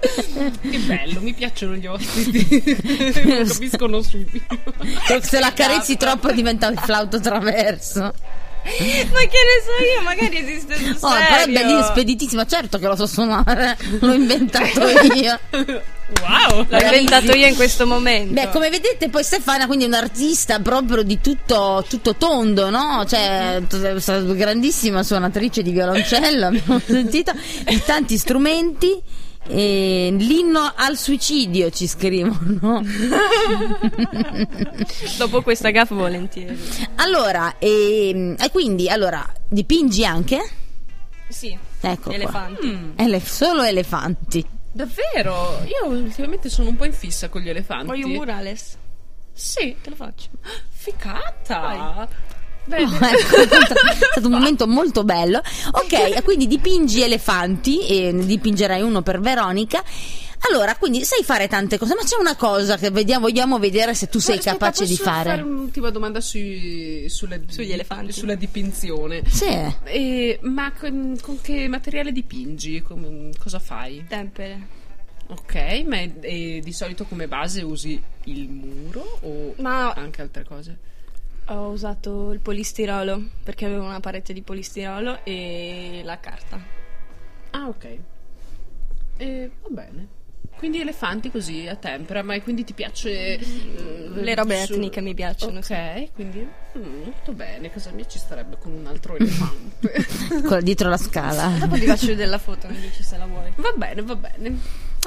B: Che bello, mi piacciono gli ospiti. Lo capiscono subito.
A: Se la carezzi troppo diventa il flauto traverso.
E: Ma che ne so io, magari esiste sul
A: Oh,
E: serio.
A: però è bellissimo, speditissimo, certo che lo so suonare, l'ho inventato io.
B: Wow!
E: L'ho inventato io in questo momento.
A: Beh, come vedete, poi Stefana quindi è un'artista proprio di tutto, tutto tondo, no? Cioè, t- è stata una grandissima suonatrice di violoncello, abbiamo sentito, di tanti strumenti. E l'inno al suicidio ci scrivono.
E: Dopo questa gaffa volentieri.
A: Allora, ehm, e, e quindi, allora, dipingi anche?
E: Sì.
A: Ecco qua.
E: Elefanti.
A: Ele- solo elefanti.
B: Davvero? Io ultimamente sono un po' in fissa con gli elefanti.
E: Voglio un murales.
B: Sì,
E: Te lo faccio.
B: ficata!
A: No,
B: Beh,
A: ecco, è stato un momento molto bello. Ok, e quindi dipingi elefanti e ne dipingerai uno per Veronica. Allora, quindi sai fare tante cose, ma c'è una cosa che vediamo, vogliamo vedere se tu sei
B: aspetta,
A: capace di
B: posso
A: fare.
B: fare un'ultima domanda sui- sulla-
E: Sugli elefanti.
B: Sulla dipinzione.
A: Sì.
B: E- ma con, con che materiale dipingi? Com- cosa fai?
E: Tempere.
B: Ok, ma è- e di solito come base usi il muro o
E: Ma-
B: anche altre cose?
E: Ho usato il polistirolo perché avevo una parete di polistirolo e la carta.
B: Ah, ok. E va bene. Quindi elefanti così a tempera, ma quindi ti piace... eh,
E: Le robe etniche mi piacciono,
B: Ok,
E: sì.
B: quindi mm, molto bene. Cosa mia ci starebbe con un altro elefante?
A: Con- dietro la scala.
E: Dopo ti faccio vedere la foto, mi dici se la vuoi.
B: va bene, va bene.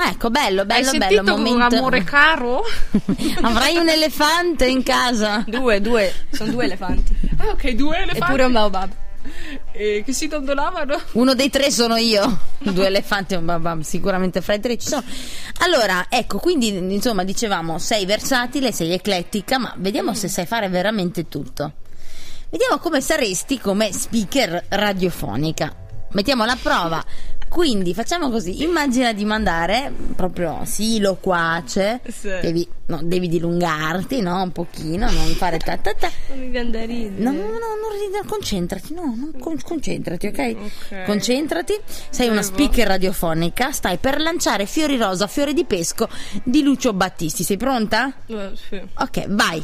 A: Ecco, bello, bello,
B: Hai
A: bello.
B: sentito con
A: momento-
B: amore caro?
A: Avrai un elefante in casa.
E: Due, due, sono due elefanti.
B: Ah, ok, due elefanti.
E: Eppure un baobab.
B: Eh, che si dondolavano.
A: Uno dei tre sono io, due elefanti e un babam, sicuramente fra i tre ci sono. Allora, ecco, quindi insomma dicevamo sei versatile, sei eclettica, ma vediamo se sai fare veramente tutto. Vediamo come saresti come speaker radiofonica. Mettiamo alla prova. Quindi facciamo così, immagina di mandare proprio sì, loquace,
E: Sì.
A: devi, no, devi dilungarti, no? Un pochino, non fare ta ta ta.
E: Non mi viene da ridere.
A: No, no, no, non ridere, concentrati, no, non con- concentrati, ok?
E: Ok.
A: Concentrati, sei una speaker radiofonica, stai per lanciare Fiori Rosa, Fiore di Pesco di Lucio Battisti, sei pronta?
E: Eh, sì.
A: Ok, vai.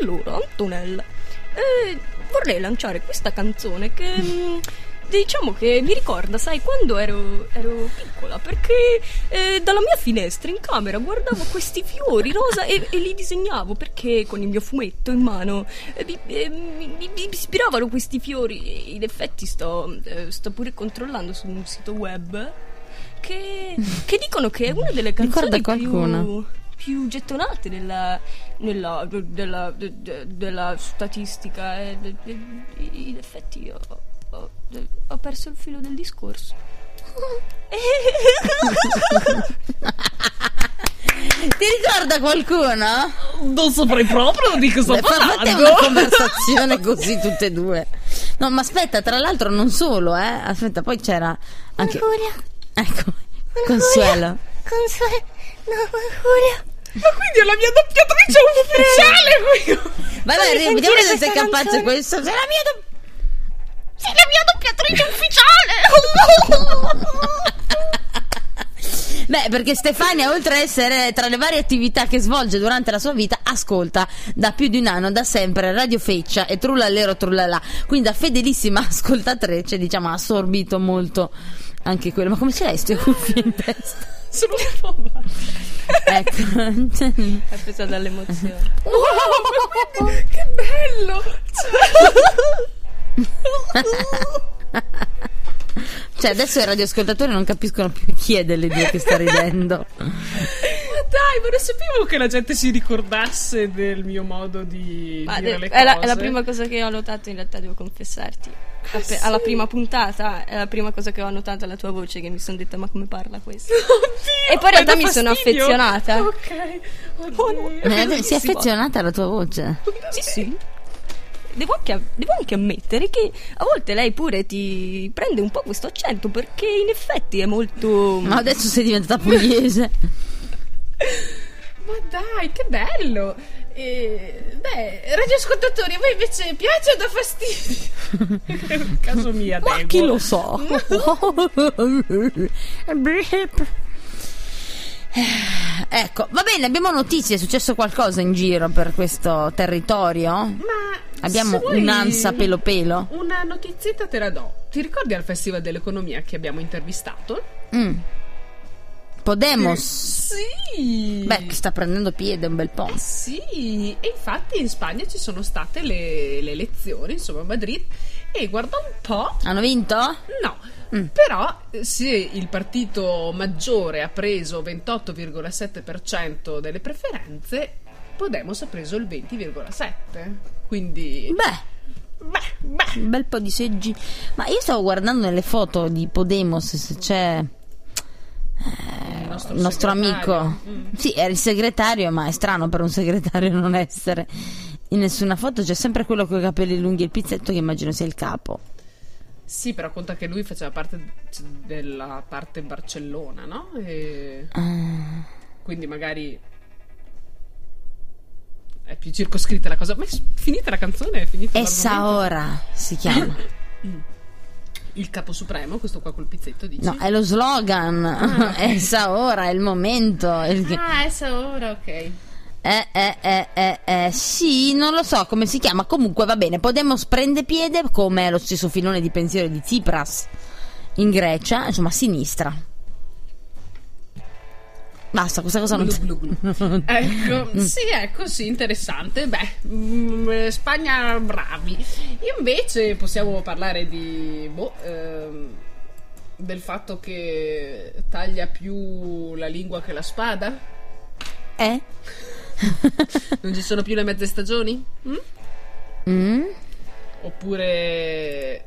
E: Allora, Antonella, eh, vorrei lanciare questa canzone che mm, diciamo che mi ricorda, sai, quando ero, ero piccola, perché eh, dalla mia finestra in camera guardavo questi fiori rosa e, e li disegnavo perché con il mio fumetto in mano eh, mi, eh, mi- mi- mi ispiravano questi fiori. In effetti sto, eh, sto pure controllando su un sito web che, che dicono che è una delle
A: Ricorda
E: canzoni
A: qualcuno?
E: più più gettonate nella, nella, della, de- de- della statistica. eh, de- de- in effetti io ho, ho- ho perso il filo del discorso.
A: Ti ricorda qualcuno?
B: Non saprei proprio di cosa
A: Beh, fa- fate una conversazione così tutte e due. No, ma aspetta, tra l'altro non solo, eh. Aspetta, poi c'era anche Ecco, Consuelo.
B: Ma quindi è la mia doppiatrice ufficiale! qui.
A: Vai, vai, vediamo se sei capace questo. Sei la mia do-
E: Sei la mia doppiatrice ufficiale!
A: Beh, perché Stefania, oltre a essere tra le varie attività che svolge durante la sua vita, ascolta da più di un anno, da sempre, Radio Feccia e Trullallero Trullala. Quindi da fedelissima ascoltatrice, diciamo, ha assorbito molto anche quello. Ma come ce l'hai ste cuffie in testa?
B: Sono un po' male.
A: Ecco.
E: È presa dall'emozione.
B: Wow, che bello!
A: Cioè, adesso i radioascoltatori non capiscono più chi è delle due che sta ridendo.
B: Ma dai, ma non sapevo che la gente si ricordasse del mio modo di
E: Ma
B: dire
E: de-
B: le cose.
E: è, la, è la prima cosa che ho notato, in realtà, devo confessarti. Appe-
B: Ah,
E: Alla prima puntata è la prima cosa che ho notato la tua voce, che mi sono detta, ma come parla questo?
B: Oddio,
E: E poi in realtà
B: mi dà
E: mi sono
B: fastidio.
E: affezionata. Oh
B: Ok. Oddio.
A: Eh, Si è affezionata alla tua voce.
E: Sì, sì. Devo anche, devo anche ammettere che a volte lei pure ti prende un po' questo accento perché in effetti è molto...
A: Ma adesso sei diventata pugliese.
B: Ma dai, che bello! E, beh, radioascoltatori, a voi invece piace o dà fastidio? Nel caso mia,
A: Ma
B: Dego.
A: chi lo so? ecco, va bene, abbiamo notizie, è successo qualcosa in giro per questo territorio?
B: Ma se
A: Abbiamo
B: vuoi-
A: un'ansa pelo pelo?
B: Una notizietta te la do. Ti ricordi al Festival dell'Economia che abbiamo intervistato?
A: Mm. Podemos.
B: Sì!
A: Beh, che sta prendendo piede un bel po'.
B: Sì, e infatti in Spagna ci sono state le, le elezioni, insomma a Madrid, e guarda un po',
A: Hanno vinto?
B: no, però eh, se il partito maggiore ha preso 28,7% delle preferenze, Podemos ha preso il 20,7%, quindi...
A: Beh,
B: Beh, beh.
A: un bel po' di seggi. Ma io stavo guardando nelle foto di Podemos se c'è eh,
B: Il nostro,
A: il nostro
B: segretario.
A: amico. Sì, era il segretario, ma è strano per un segretario non essere in nessuna foto. C'è sempre quello con i capelli lunghi e il pizzetto che immagino sia il capo.
B: Sì, però conta che lui faceva parte c- della parte Barcellona, no? E...
A: Eh,
B: Quindi magari è più circoscritta la cosa. Ma è s- finita la canzone? È finita
A: Essa
B: l'argomento?
A: ora si chiama.
B: Il capo supremo, questo qua col pizzetto, dici?
A: No, è lo slogan. Essa ora è il momento. Il-
B: Ah, essa ora, ok.
A: Eh, eh, eh, eh, eh, sì, non lo so come si chiama. Comunque va bene. Podemos prende piede come lo stesso filone di pensiero di Tsipras in Grecia, insomma, a sinistra. Basta, questa cosa non.
B: Blu, blu, blu. ecco, sì, ecco, sì, interessante. Beh, mm, Spagna bravi. Invece possiamo parlare di boh, ehm, del fatto che taglia più la lingua che la spada?
A: Eh?
B: Non ci sono più le mezze stagioni? Mm?
A: Mm?
B: Oppure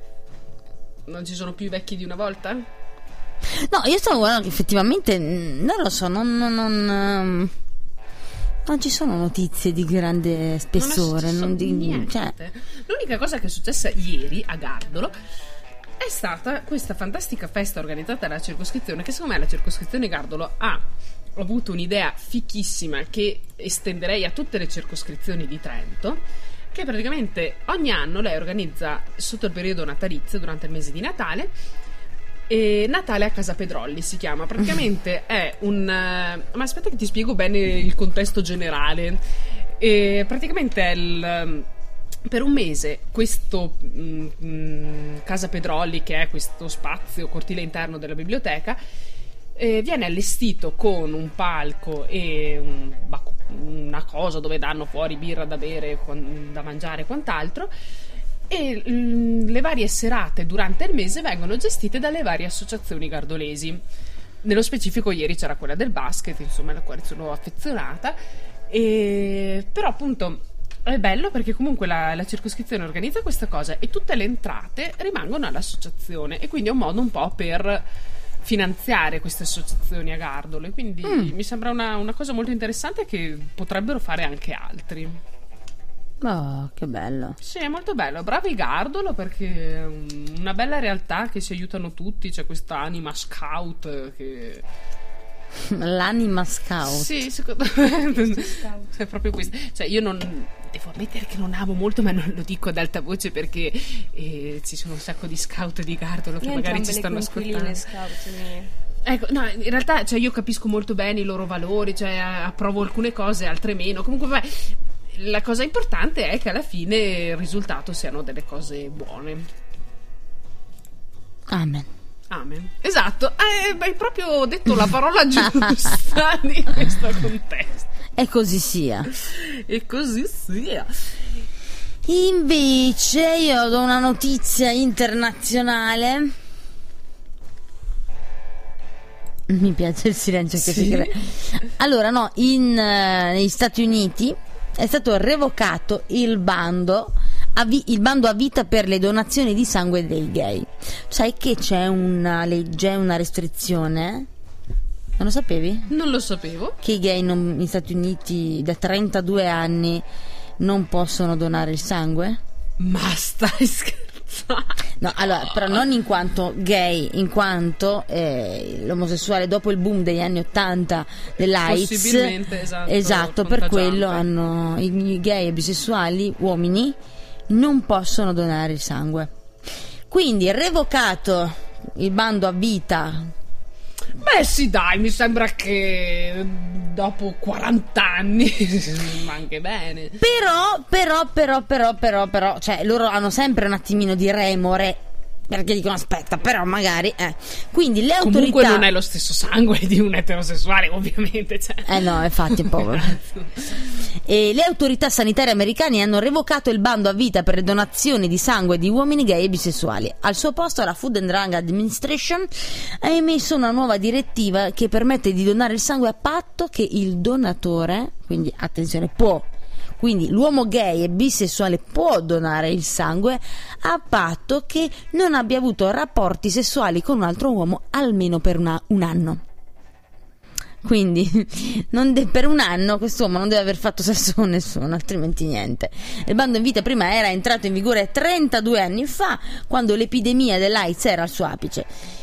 B: non ci sono più i vecchi di una volta?
A: No, io stavo guardando che effettivamente mm, non lo so, non. Non, non, ehm, non ci sono notizie di grande
B: Non è
A: spessore.
B: successo
A: Non di,
B: niente.
A: cioè,
B: L'unica cosa che è successa ieri a Gardolo è stata questa fantastica festa organizzata dalla circoscrizione, che secondo me la circoscrizione Gardolo ha avuto un'idea fichissima che estenderei a tutte le circoscrizioni di Trento. Che praticamente ogni anno lei organizza sotto il periodo natalizio, durante il mese di Natale, e Natale a Casa Pedrolli si chiama. Praticamente è un. eh, Ma aspetta che ti spiego bene il contesto generale. E praticamente è il. ehm, Per un mese questo mm, mm, Casa Pedrolli, che è questo spazio, cortile interno della biblioteca, eh, viene allestito con un palco e un bac- una cosa dove danno fuori birra da bere, quan- da mangiare e quant'altro. E mm, le varie serate durante il mese vengono gestite dalle varie associazioni gardolesi. Nello specifico, ieri c'era quella del basket, insomma, alla quale sono affezionata. E- Però, appunto. È bello perché comunque la, la circoscrizione organizza questa cosa e tutte le entrate rimangono all'associazione e quindi è un modo un po' per finanziare queste associazioni a Gardolo e quindi mi sembra una, una cosa molto interessante che potrebbero fare anche altri.
A: oh, che bello.
B: Sì, è molto bello, bravi Gardolo perché è un- una bella realtà che si aiutano tutti, c'è questa anima scout che...
A: L'anima scout.
B: Sì, secondo me è proprio questo. Cioè, io non devo ammettere che non amo molto, ma non lo dico ad alta voce perché eh, ci sono un sacco di scout di Gardolo che
E: Io
B: magari
E: entrambe
B: ci
E: le
B: stanno ascoltando.
E: coinquiline scout mi-
B: Ecco, no, in realtà cioè, io capisco molto bene i loro valori, cioè approvo alcune cose, altre meno. Comunque, vabbè, la cosa importante è che alla fine il risultato siano delle cose buone.
A: Amen.
B: Amen. Esatto, eh, hai proprio detto la parola giusta di questo contesto.
A: E così sia.
B: E così sia.
A: Invece io do una notizia internazionale. Mi piace il silenzio che si crea. Allora, no, in, eh, negli Stati Uniti è stato revocato il bando, a vi- il bando a vita per le donazioni di sangue dei gay. Sai che c'è una legge, una restrizione? Non lo sapevi?
B: Non lo sapevo.
A: Che i gay non- negli Stati Uniti da 32 anni non possono donare il sangue?
B: Ma stai scherzando?
A: No,
B: Ah,
A: allora, però non in quanto gay, in quanto eh, l'omosessuale dopo il boom degli anni 80 dell'AIDS.
B: Possibilmente, esatto,
A: Esatto, per quello
B: contagiante.
A: hanno i i gay e bisessuali, uomini, non possono donare il sangue. Quindi revocato il bando a vita.
B: Beh sì dai, mi sembra che dopo 40 anni va anche bene.
A: Però, però, però, però, però, però, cioè loro hanno sempre un attimino di remore perché dicono aspetta, però magari eh. Quindi le autorità
B: Comunque non è lo stesso sangue di un eterosessuale, ovviamente. Cioè.
A: Eh no, infatti, povero. E le autorità sanitarie americane hanno revocato il bando a vita per le donazioni di sangue di uomini gay e bisessuali. Al suo posto la Food and Drug Administration ha emesso una nuova direttiva che permette di donare il sangue a patto che il donatore, quindi attenzione, può. Quindi l'uomo gay e bisessuale può donare il sangue a patto che non abbia avuto rapporti sessuali con un altro uomo almeno per una- un anno. Quindi non de- per un anno quest'uomo non deve aver fatto sesso con nessuno, altrimenti niente. Il bando in vita prima era entrato in vigore 32 anni fa, quando l'epidemia dell'AIDS era al suo apice.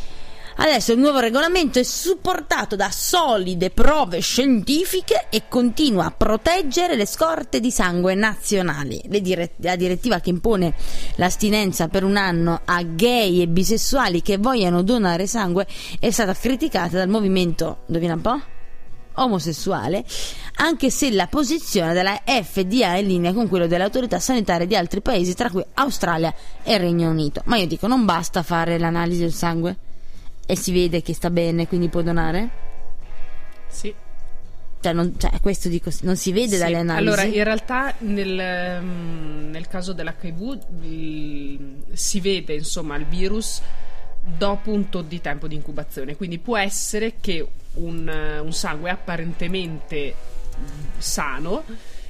A: Adesso il nuovo regolamento è supportato da solide prove scientifiche e continua a proteggere le scorte di sangue nazionali. Le dire- la direttiva che impone l'astinenza per un anno a gay e bisessuali che vogliano donare sangue è stata criticata dal movimento, indovina un po'? omosessuale, anche se la posizione della FDA è in linea con quella delle autorità sanitarie di altri paesi, tra cui Australia e Regno Unito. Ma io dico, non basta fare l'analisi del sangue e si vede che sta bene, quindi può donare?
B: Sì.
A: Cioè, non, cioè, questo dico, non si vede
B: Sì,
A: dalle analisi.
B: Allora, in realtà nel, mm, nel caso dell'HIV il- si vede insomma il virus dopo un tot di tempo di incubazione, quindi può essere che un, eh, un sangue apparentemente mm, sano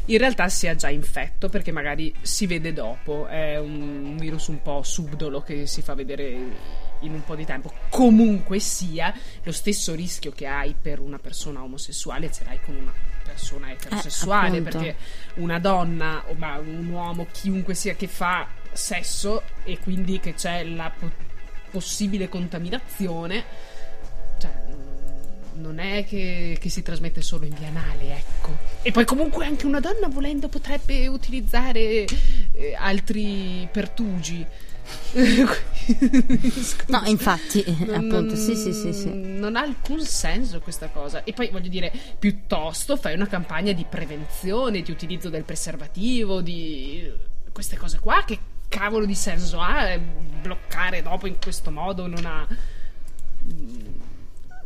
B: in realtà sia già infetto perché magari si vede dopo, è un, un virus un po' subdolo che si fa vedere in un po' di tempo. Comunque sia, lo stesso rischio che hai per una persona omosessuale ce l'hai con una persona eterosessuale
A: appunto.
B: perché una donna o ma un uomo, chiunque sia che fa sesso e quindi che c'è la po- possibile contaminazione, cioè mm, non è che, che si trasmette solo in via anale, ecco. E poi comunque anche una donna volendo potrebbe utilizzare eh, altri pertugi.
A: No, infatti,
B: Non-
A: Eh, appunto,
B: non-
A: sì, sì, sì, sì.
B: Non ha alcun senso questa cosa. E poi voglio dire, piuttosto fai una campagna di prevenzione, di utilizzo del preservativo, di queste cose qua. Che cavolo di senso ha eh, bloccare dopo in questo modo? Non ha.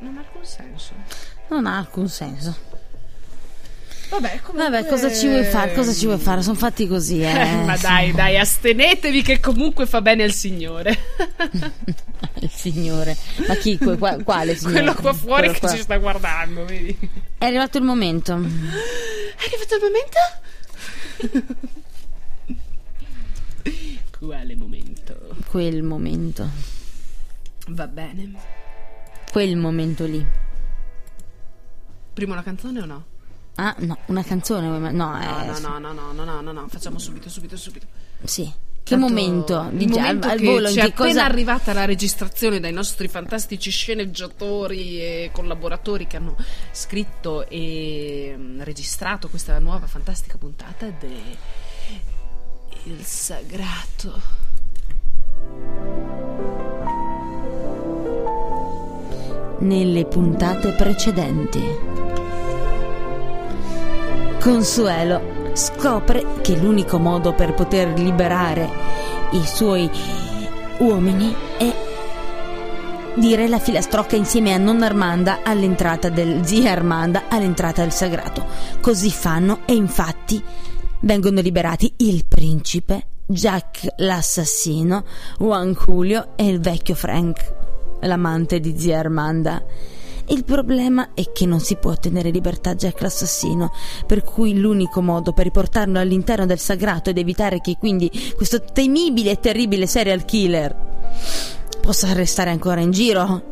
B: Non ha alcun senso.
A: Non ha alcun senso.
B: Vabbè, comunque...
A: Vabbè, cosa ci vuoi fare? Cosa ci vuoi fare? Sono fatti così, eh.
B: Eh, ma dai, dai, astenetevi che comunque fa bene al Signore.
A: Il signore. Ma chi? que- qua- quale signore?
B: Quello qua fuori
A: Quello
B: che
A: qua.
B: ci sta guardando, vedi?
A: È arrivato il momento.
B: È arrivato il momento? Quale momento?
A: Quel momento.
B: Va bene.
A: Quel momento lì.
B: Prima la canzone o no?
A: Ah, no, una canzone. vuoi ma- No,
B: No,
A: eh,
B: no, no, no, no, no, no, no, no, facciamo subito, subito, subito.
A: Sì. Che
B: Tanto
A: momento?
B: il
A: Di già, al,
B: momento
A: al
B: che
A: volo, in
B: ci è
A: che
B: appena
A: cosa?
B: arrivata la registrazione dai nostri fantastici sceneggiatori e collaboratori che hanno scritto e mm, registrato questa nuova fantastica puntata de Il Sagrato.
A: Nelle puntate precedenti. Consuelo scopre che l'unico modo per poter liberare i suoi uomini è dire la filastrocca insieme a nonna Armanda all'entrata del zia Armanda all'entrata del sagrato. Così fanno e infatti vengono liberati il principe, Jack l'assassino, Juan Julio e il vecchio Frank, l'amante di zia Armanda. Il problema è che non si può ottenere libertà Jack l'assassino, per cui l'unico modo per riportarlo all'interno del sagrato ed evitare che quindi questo temibile e terribile serial killer possa restare ancora in giro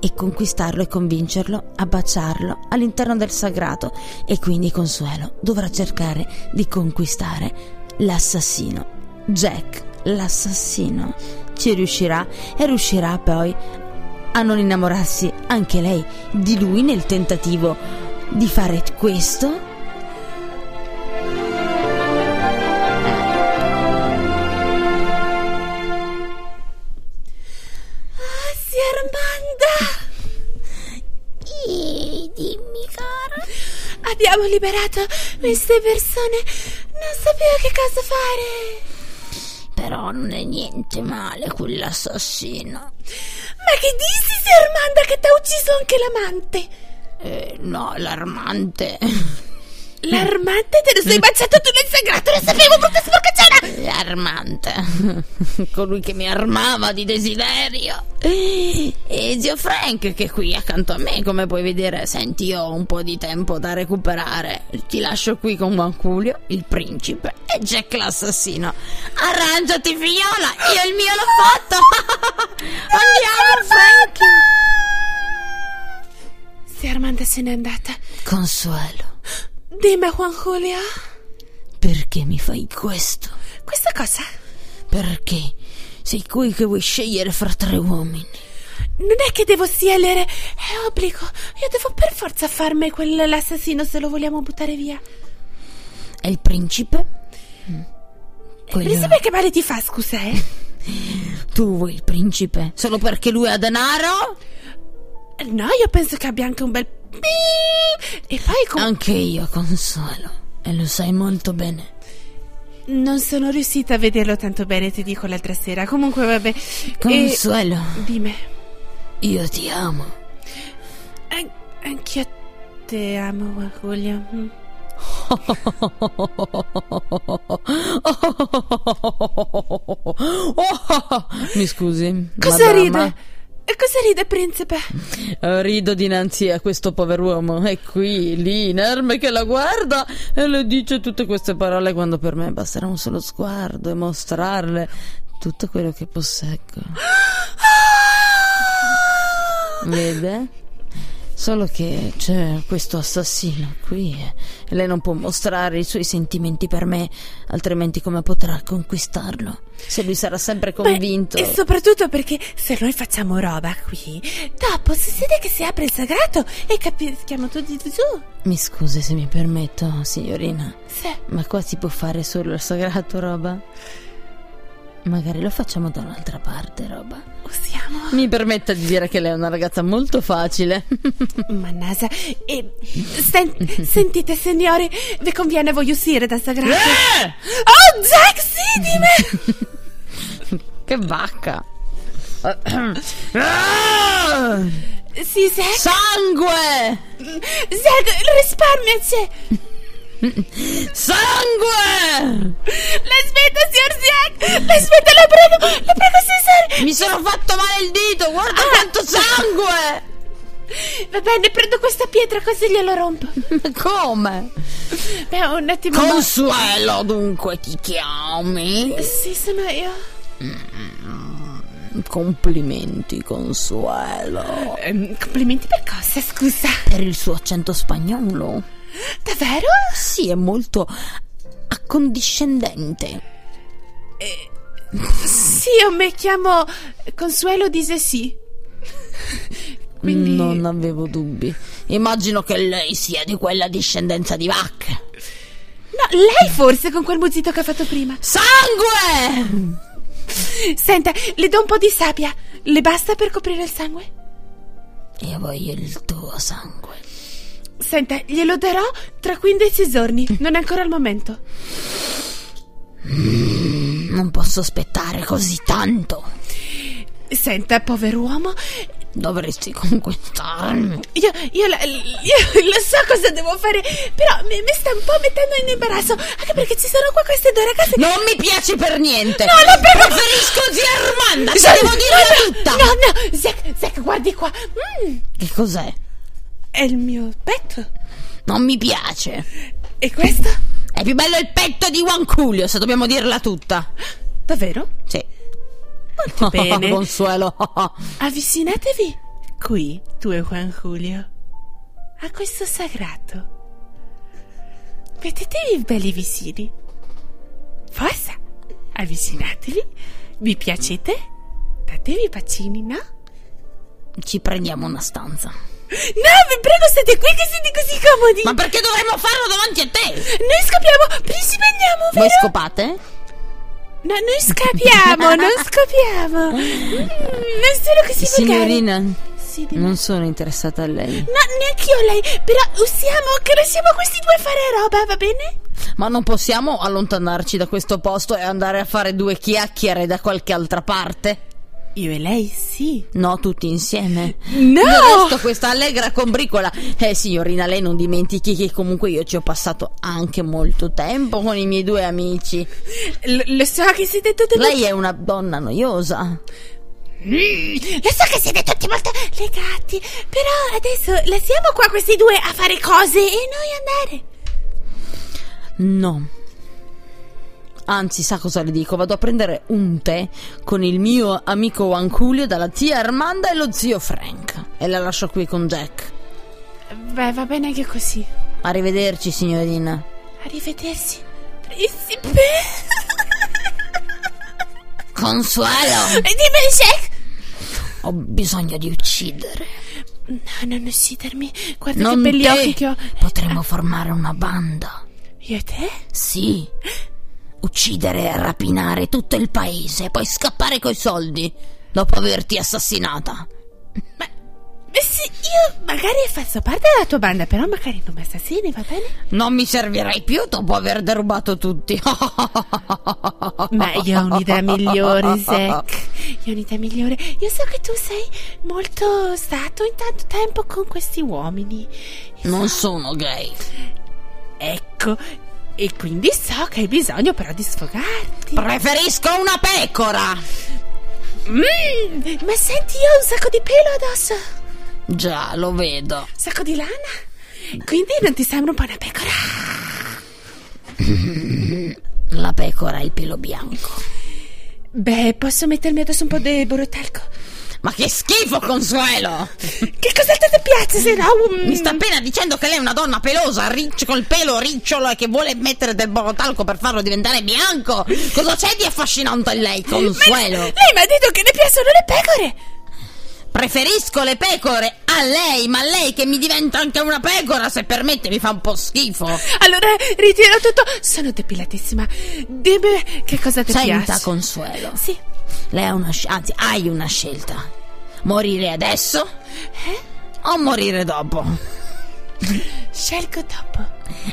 A: e conquistarlo e convincerlo a baciarlo all'interno del sagrato e quindi Consuelo dovrà cercare di conquistare l'assassino. Jack, l'assassino, ci riuscirà e riuscirà poi a non innamorarsi anche lei di lui nel tentativo di fare questo
I: Zia Armanda! dimmi, cara. Abbiamo liberato queste persone. Non sapevo che cosa fare.
A: Però non è niente male quell'assassino.
I: Ma che dici, zia Armanda, che t'ha ucciso anche l'amante?
A: Eh, no, l'armante.
I: L'armante te lo
A: Mm.
I: sei baciato tu nel sagrato, lo sapevo, brutta sporcacciona!
A: L'armante. Colui che mi armava di desiderio. E zio Frank che è qui accanto a me, come puoi vedere, senti, io ho un po' di tempo da recuperare. Ti lascio qui con Manculio, il principe, e Jack l'assassino. Arrangiati, figliola! Io il mio l'ho fatto! Andiamo, Frank!
J: Zia Armanda se n'è andata.
A: Consuelo,
J: Dimmi, Juan Julio.
A: perché mi fai questo?
J: Questa cosa
A: Perché? Sei qui che vuoi scegliere fra tre uomini.
J: non è che devo scegliere, è obbligo. Io devo per forza farmi quell'assassino se lo vogliamo buttare via.
A: E il principe? Mm. Quello-
J: Principe che male ti fa, scusa, eh?
A: Tu vuoi il principe? Solo perché lui ha denaro?
J: No, io penso che abbia anche un bel. piip. E poi com-
A: Anche io, Consuelo. E lo sai molto bene.
J: non sono riuscita a vederlo tanto bene, ti dico l'altra sera. Comunque, vabbè. E...
A: Consuelo,
J: Dimmi,
A: io ti amo.
J: an- anch'io te amo, Juan Julio. Mm. Oh,
A: Mi scusi.
J: Cosa
A: madama.
J: ride? E cosa ride, principe?
A: Eh, Rido dinanzi a questo pover'uomo. È qui, lì, inerme che la guarda e le dice tutte queste parole quando per me basterà un solo sguardo e mostrarle tutto quello che posseggo. Vede? Solo che c'è questo assassino qui e lei non può mostrare i suoi sentimenti per me, altrimenti come potrà conquistarlo? Se lui sarà sempre
J: Beh,
A: convinto.
J: e soprattutto perché se noi facciamo roba qui, dopo succede che si apre il sagrato e capischiamo tutti giù.
A: Mi scusi se mi permetto, signorina.
J: Se...
A: Ma qua si può fare solo il sagrato, roba? Magari lo facciamo da un'altra parte, roba.
J: Usiamo.
A: Mi permetta di dire che lei è una ragazza molto facile.
J: Mannasa. E. sen- sentite, signori, vi conviene voi uscire dal sagrato?
A: Eh!
J: Oh, Jack, sì, di me!
A: che vacca! Ah!
J: sì, Jack.
A: Sangue!
J: Jack, risparmiaci!
A: Sangue!
J: L'aspetta, signor Jack! L'aspetta, la prego! La prego, signor!
A: Mi sono fatto male il dito! Guarda quanto sangue!
J: Va bene, prendo questa pietra così glielo rompo.
A: Ma come?
J: Beh, un attimo. ma-
A: Consuelo, dunque ti chiami?
J: Sì, sono io.
A: Complimenti, Consuelo.
J: Ehm, complimenti per cosa, scusa?
A: Per il suo accento spagnolo.
J: Davvero?
A: Sì, è molto accondiscendente.
J: Sì, io mi chiamo Consuelo Dise sì. Quindi
A: Non avevo dubbi. Immagino che lei sia di quella discendenza di vacche.
J: No, lei forse con quel muzzito che ha fatto prima.
A: Sangue!
J: Senta, le do un po' di sabbia. Le basta per coprire il sangue?
A: Io voglio il tuo sangue.
J: Senta, glielo darò tra 15 giorni. Non è ancora il momento.
A: Non posso aspettare così tanto.
J: Senta, pover'uomo,
A: Dovresti conquistarmi.
J: Io, io, la- io lo so cosa devo fare, però mi, mi sta un po' mettendo in imbarazzo, anche perché ci sono qua queste due ragazze...
A: Non mi piace per niente.
J: No, la prego-
A: Preferisco zia Armanda,
J: Sì,
A: te devo dire
J: no,
A: tutta.
J: No, no, Zack, Zack, guardi qua. Mm,
A: Che cos'è?
J: è il mio petto.
A: Non mi piace.
J: E questo?
A: È più bello il petto di Wanculio, se dobbiamo dirla tutta.
J: Davvero?
A: Sì.
J: Molto bene.
A: Consuelo.
J: Avvicinatevi. Qui, tu e Juan Julio. A questo sagrato. Mettetevi belli vicini. Forza. Avvicinatevi. Vi piacete? Datevi bacini, no?
A: Ci prendiamo una stanza.
J: No, vi prego, state qui che siete così comodi.
A: Ma perché dovremmo farlo davanti a te?
J: Noi scopiamo. Principe andiamo,
A: Voi
J: vero?
A: scopate?
J: No, noi scapiamo, non scopiamo. Mm, non sono così volgari.
A: Signorina, Mm.
J: Sì, dimmi.
A: non sono interessata a lei.
J: No, neanche io lei, però usiamo, conosciamo questi due a fare roba, va bene?
A: Ma non possiamo allontanarci da questo posto e andare a fare due chiacchiere da qualche altra parte?
J: Io e lei sì.
A: No, tutti insieme.
J: No!
A: Del resto questa allegra combricola. Eh, signorina, lei non dimentichi che comunque io ci ho passato anche molto tempo con i miei due amici.
J: L- lo so che siete tutti
A: Lei è una donna noiosa.
J: Lo so che siete tutti molto legati, però adesso lasciamo qua questi due a fare cose e noi andare.
A: No. Anzi, sa cosa le dico? Vado a prendere un tè con il mio amico Wanculio dalla zia Armanda e lo zio Frank. E la lascio qui con Jack.
D: Beh, va bene anche così.
A: Arrivederci, signorina.
D: Arrivederci.
J: Principe.
A: Consuelo,
J: Dimmi, Jack.
A: ho bisogno di uccidere.
D: No, non uccidermi. Guarda
A: Non
D: che belli
A: te.
D: occhi che ho.
A: Potremmo formare una banda.
D: Io e te?
A: Sì. Uccidere e rapinare tutto il paese e poi scappare coi soldi dopo averti assassinata.
J: Eh sì, io magari faccio parte della tua banda, però magari non mi assassini, va bene?
A: Non mi servirai più dopo aver derubato tutti.
J: Ma io ho un'idea migliore, Zack. Io ho un'idea migliore. Io so che tu sei molto stato in tanto tempo con questi uomini.
A: non sono gay.
J: Ecco. E quindi so che hai bisogno però di sfogarti.
A: Preferisco una pecora.
J: Mm, ma senti, io ho un sacco di pelo addosso. Un
A: Già, lo vedo.
J: sacco di lana. Quindi non ti sembra un po' una pecora?
A: La pecora ha il pelo bianco.
J: Beh, posso mettermi addosso un po' di borotalco.
A: Ma che schifo, Consuelo!
J: Che cos'altro ti piace se no? mm,
A: Mi sta appena dicendo che lei è una donna pelosa, riccio, col pelo ricciolo e che vuole mettere del borotalco per farlo diventare bianco. Cosa c'è di affascinante in lei,
J: Ma
A: Consuelo?
J: Lei mi ha detto che ne piacciono le pecore.
A: Preferisco le pecore a lei, ma lei che mi diventa anche una pecora, se permette, mi fa un po' schifo.
J: Allora, ritiro tutto. Sono depilatissima. Dimmi che cosa ti
A: Senta,
J: piace.
A: Consuelo,
J: Sì.
A: lei ha una scelta, anzi, hai una scelta. Morire adesso?
J: Eh?
A: O morire dopo?
J: Scelgo dopo.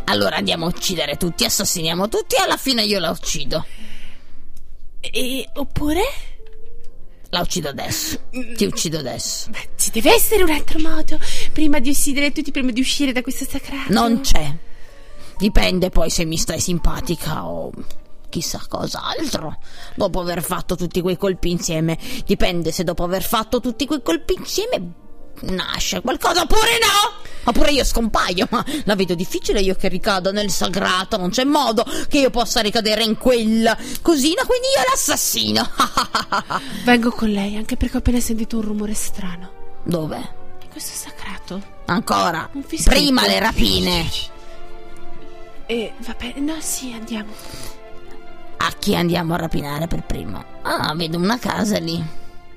A: Allora andiamo a uccidere tutti, assassiniamo tutti e alla fine io la uccido.
J: E, oppure?
A: La uccido adesso. Ti uccido adesso.
J: Ma ci deve essere un altro modo. Prima di uccidere tutti, prima di uscire da questo sacrato.
A: Non c'è. Dipende poi se mi stai simpatica o chissà cos'altro. Dopo aver fatto tutti quei colpi insieme. Dipende se dopo aver fatto tutti quei colpi insieme nasce qualcosa oppure no. Oppure io scompaio, ma la vedo difficile io che ricado nel sagrato, non c'è modo che io possa ricadere in quella cosina, quindi io l'assassino.
J: Vengo con lei, anche perché ho appena sentito un rumore strano.
A: Dov'è?
J: E questo è sacrato.
A: Ancora?
J: Un fischietto.
A: Prima le rapine.
J: E Eh, vabbè, no, sì, andiamo.
A: A chi andiamo a rapinare per primo? Ah, vedo una casa lì.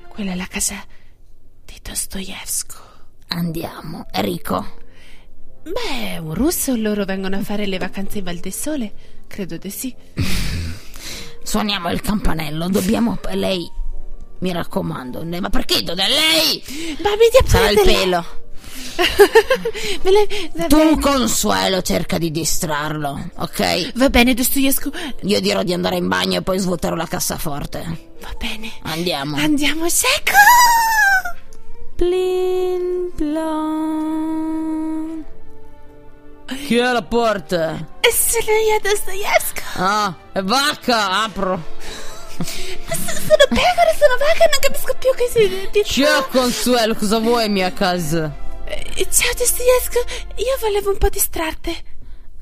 J: Quella è la casa di Dostoevsky.
A: Andiamo, è ricco.
J: Beh, un russo loro vengono a fare le vacanze in Val del Sole. Credo di sì.
A: Suoniamo il campanello, dobbiamo. Lei. Mi raccomando, ne- ma perché do da lei?
J: Ma mi dia
A: Sarà il
J: perdere.
A: pelo.
J: Me le- va,
A: Tu,
J: bene.
A: Consuelo, cerca di distrarlo, ok?
J: va bene, Dostoevsky.
A: Io dirò di andare in bagno e poi svuoterò la cassaforte.
J: Va bene.
A: Andiamo.
J: Andiamo secco.
A: Plin plon. Chi è la porta?
J: Sono io Dostoevsco.
A: Ah, è vacca, apro.
J: Sono pecora, sono vaca, non capisco più che si
A: Ciao Consuelo, cosa vuoi mia casa?
J: Eh, Ciao Dostoevsco, io volevo un po' distrarti.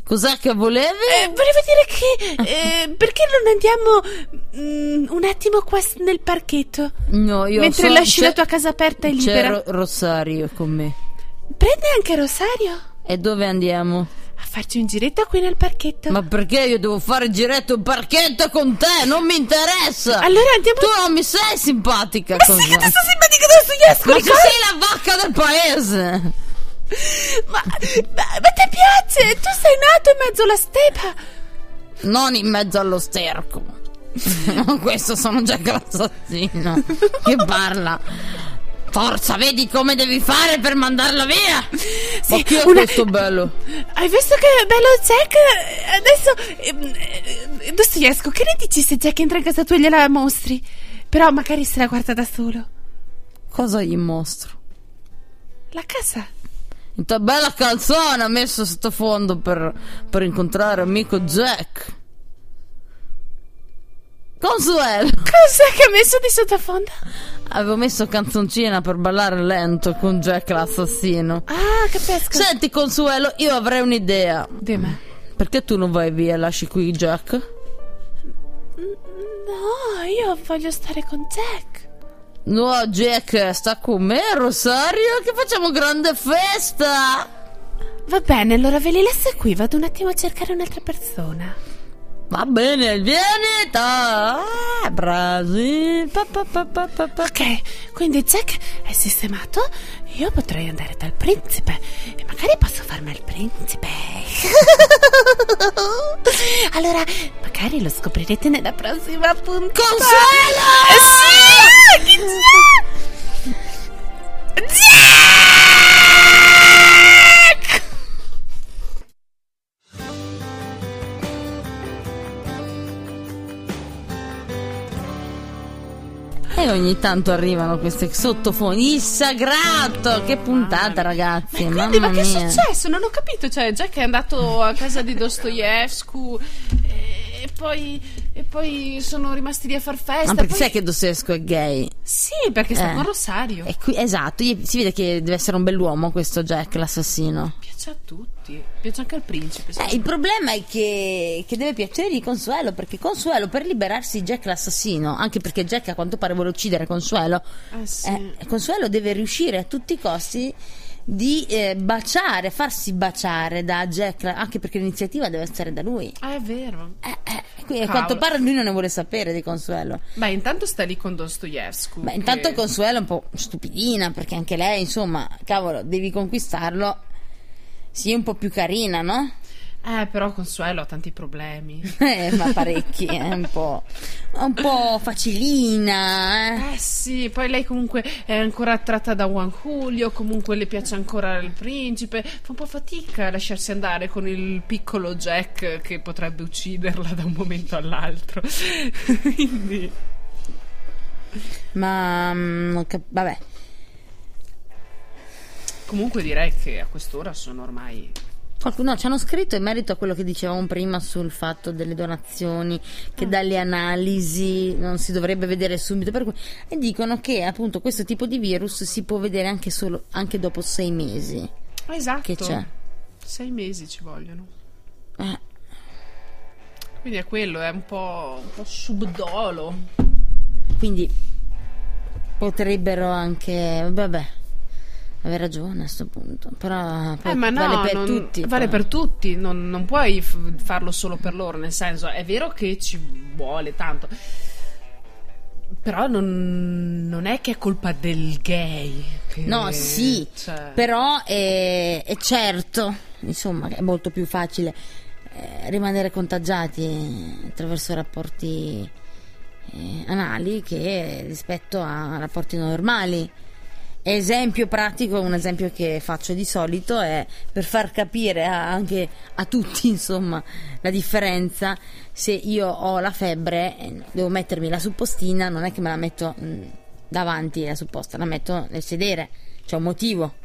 A: Cos'è che volevi?
J: Eh, volevo dire che eh, perché non andiamo mm, un attimo qua s- nel parchetto?
A: No, io
J: Mentre
A: so-
J: lasci
A: c'è-
J: la tua casa aperta e
A: C'è
J: libera.
A: Ro- Rosario con me.
J: Prende anche Rosario
A: E dove andiamo?
J: a farci un giretto qui nel parchetto.
A: Ma perché io devo fare il giretto in parchetto con te? Non mi interessa!
J: Allora andiamo
A: Tu non mi sei simpatica
J: Ma
A: cosa?
J: sai che ti sto simpatica Dostoevsco?
A: Ma tu
J: ricorda?
A: sei la vacca del paese!
J: Ma, ma- ma ti piace? Tu sei nato in mezzo alla stepa.
A: Non in mezzo allo sterco. Questo sono già grassazzino che parla. Forza, vedi come devi fare per mandarla via? Ma chi è
J: una-
A: questo bello?
J: Hai visto che bello Jack? Eh, Adesso. ehm, eh, Dostoevsco, che ne dici se Jack entra in casa tua e gliela mostri? Però magari se la guarda da solo.
A: Cosa gli mostro?
J: La casa.
A: Una bella calzone ha messo sottofondo per, per incontrare amico Jack. Consuelo!
J: Cos'è che ha messo di sottofondo?
A: Avevo messo canzoncina per ballare lento con Jack l'assassino.
J: Ah, capisco.
A: Senti, Consuelo, io avrei un'idea.
J: Dima.
A: Perché tu non vai via e lasci qui Jack?
J: No, io voglio stare con Jack.
A: No, Jack sta con me, Rosario, che facciamo grande festa!
J: Va bene, allora ve li lascio qui. Vado un attimo a cercare un'altra persona.
A: Va bene, vieni, ta, ah, Brasi. pa, pa, pa, pa, pa, pa.
J: Ok, quindi Jack è sistemato. Io potrei andare dal principe. E magari posso farmi il principe. allora, magari lo scoprirete nella prossima puntata. Consuelo! Eh sì! Chi c'è? Jack!
A: E ogni tanto arrivano queste sottofoni. Il sagrato! Che puntata, ragazzi!
B: Quindi,
A: mamma
B: ma che è
A: mia.
B: successo? Non ho capito. Cioè, Jack è andato a casa di Dostoevsky eh, e poi, e poi sono rimasti lì a far festa.
A: Ma Ah, perché
B: poi-
A: sai che Dostoevsky è gay?
B: Sì, perché sta
A: Eh.
B: con Rosario.
A: E qui, esatto, gli- si vede che deve essere un bell'uomo questo Jack, l'assassino.
B: Piace a tutti. Piace anche al principe.
A: Eh, il problema è che, che deve piacere di Consuelo, perché Consuelo per liberarsi di Jack l'assassino, anche perché Jack a quanto pare vuole uccidere Consuelo,
B: Ah, sì.
A: eh, Consuelo deve riuscire a tutti i costi di eh, baciare, farsi baciare da Jack, anche perché l'iniziativa deve essere da lui.
B: Ah, è vero.
A: Eh, eh, qui, a quanto pare lui non ne vuole sapere di Consuelo.
B: Beh, intanto sta lì con Dostoevsky.
A: Beh,
B: che-
A: intanto Consuelo è un po' stupidina perché anche lei, insomma, cavolo, devi conquistarlo. Sì, un po' più carina, no?
B: Eh, però Consuelo ha tanti problemi.
A: Eh, ma parecchi, è un po'. un po' facilina, eh.
B: Eh sì, poi lei comunque è ancora attratta da Juan Julio, comunque le piace ancora il principe, fa un po' fatica a lasciarsi andare con il piccolo Jack che potrebbe ucciderla da un momento all'altro. Quindi...
A: Ma. mm, non cap- vabbè.
B: Comunque direi che a quest'ora sono ormai...
A: Qualcuno no, ci hanno scritto in merito a quello che dicevamo prima sul fatto delle donazioni, che
B: Ah.
A: dalle analisi non si dovrebbe vedere subito. per cui- e dicono che appunto questo tipo di virus si può vedere anche, solo, anche dopo sei mesi.
B: Esatto.
A: Che c'è?
B: Sei mesi ci vogliono.
A: Eh.
B: Quindi è quello, è un po', un po' subdolo.
A: Quindi potrebbero anche. Vabbè. Aver ragione a questo punto. Però poi
B: Eh, ma no,
A: vale per
B: non-
A: tutti. eh.
B: Vale
A: però.
B: per tutti, non, non puoi f- farlo solo per loro, nel senso, è vero che ci vuole tanto. Però non, non è che è colpa del gay. che-
A: No, sì,
B: cioè-
A: però è, è certo, insomma, è molto più facile eh, rimanere contagiati attraverso rapporti eh, anali che rispetto a rapporti normali. Esempio pratico, un esempio che faccio di solito è per far capire a- anche a tutti, insomma, la differenza. Se io ho la febbre, eh, devo mm, mettermi la suppostina, non è che me la metto mh, davanti la supposta, la metto nel sedere C'è un motivo.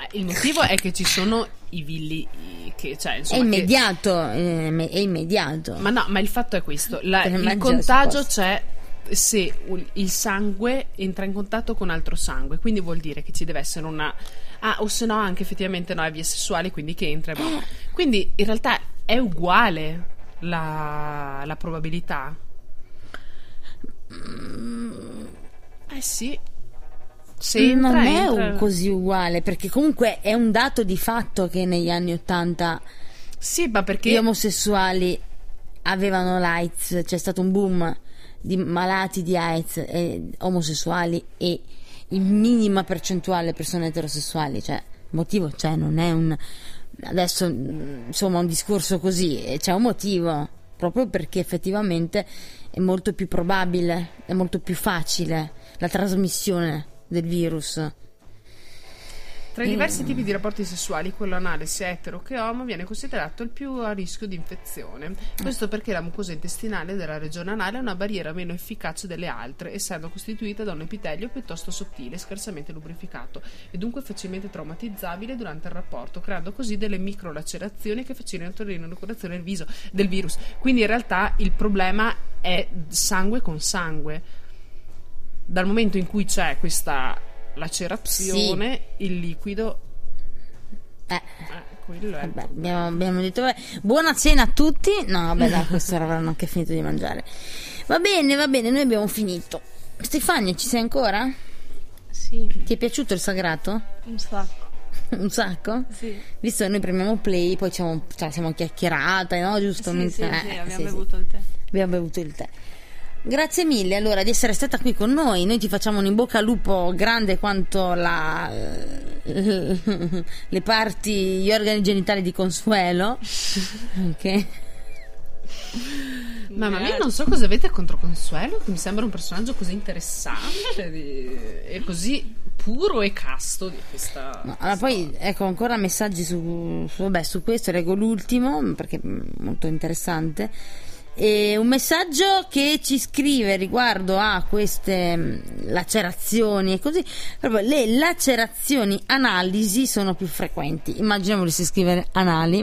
B: Eh, Il motivo è che ci sono i villi i- che, cioè, insomma,
A: è
B: che-
A: immediato, eh, me- è immediato.
B: Ma no, ma il fatto è questo: la-
A: Per
B: il
A: mangiare
B: contagio
A: supposto.
B: c'è se u- il sangue entra in contatto con altro sangue, quindi vuol dire che ci deve essere una. Ah, o se no, anche effettivamente no, è via sessuale, quindi che entra. e boh. Quindi in realtà è uguale la, la probabilità. Eh sì. Se entra,
A: Mm. non è
B: entra.
A: un così uguale, perché comunque è un dato di fatto che negli anni 80
B: Sì, ma perché.
A: gli omosessuali avevano l'AIDS, c'è stato un boom di malati di AIDS e omosessuali e in minima percentuale persone eterosessuali, cioè motivo c'è, non è un adesso mh, insomma un discorso così, eh, c'è un motivo, proprio perché effettivamente è molto più probabile, è molto più facile la trasmissione del virus.
B: Tra i diversi tipi di rapporti sessuali, quello anale, sia etero che homo, viene considerato il più a rischio di infezione. Questo perché la mucosa intestinale della regione anale è una barriera meno efficace delle altre, essendo costituita da un epitelio piuttosto sottile, scarsamente lubrificato, e dunque facilmente traumatizzabile durante il rapporto, creando così delle microlacerazioni che facilitano l'inoculazione del, viso- del virus. Quindi in realtà il problema è sangue con sangue. Dal momento in cui c'è questa lacerazione, il liquido
A: Eh.
B: eh, quello è.
A: Vabbè, abbiamo, abbiamo detto vabbè, buona cena a tutti. No, vabbè, da questo avranno anche finito di mangiare. Va bene, va bene, noi abbiamo finito. Stefania, ci sei ancora?
E: Sì,
A: Ti è piaciuto il sagrato?
E: un sacco.
A: Un sacco?
E: Sì.
A: Visto che noi premiamo play, poi siamo, cioè, siamo chiacchierate, no? Giusto?
E: Sì,
A: Mi-
E: sì,
A: eh,
E: sì, abbiamo
A: sì, sì.
E: bevuto il tè.
A: Abbiamo bevuto il tè. Grazie mille allora di essere stata qui con noi. Noi ti facciamo un in bocca al lupo grande quanto la, eh, le parti, gli organi genitali di Consuelo. Ok.
B: Mamma mia, non so cosa avete contro Consuelo, che mi sembra un personaggio così interessante di- e così puro e casto di questa.
A: No, allora, poi ecco ancora messaggi su, su- vabbè, su questo, leggo l'ultimo perché è molto interessante. E un messaggio che ci scrive riguardo a queste mh, lacerazioni e così, proprio le lacerazioni analisi sono più frequenti. Immaginiamo di scrivere anali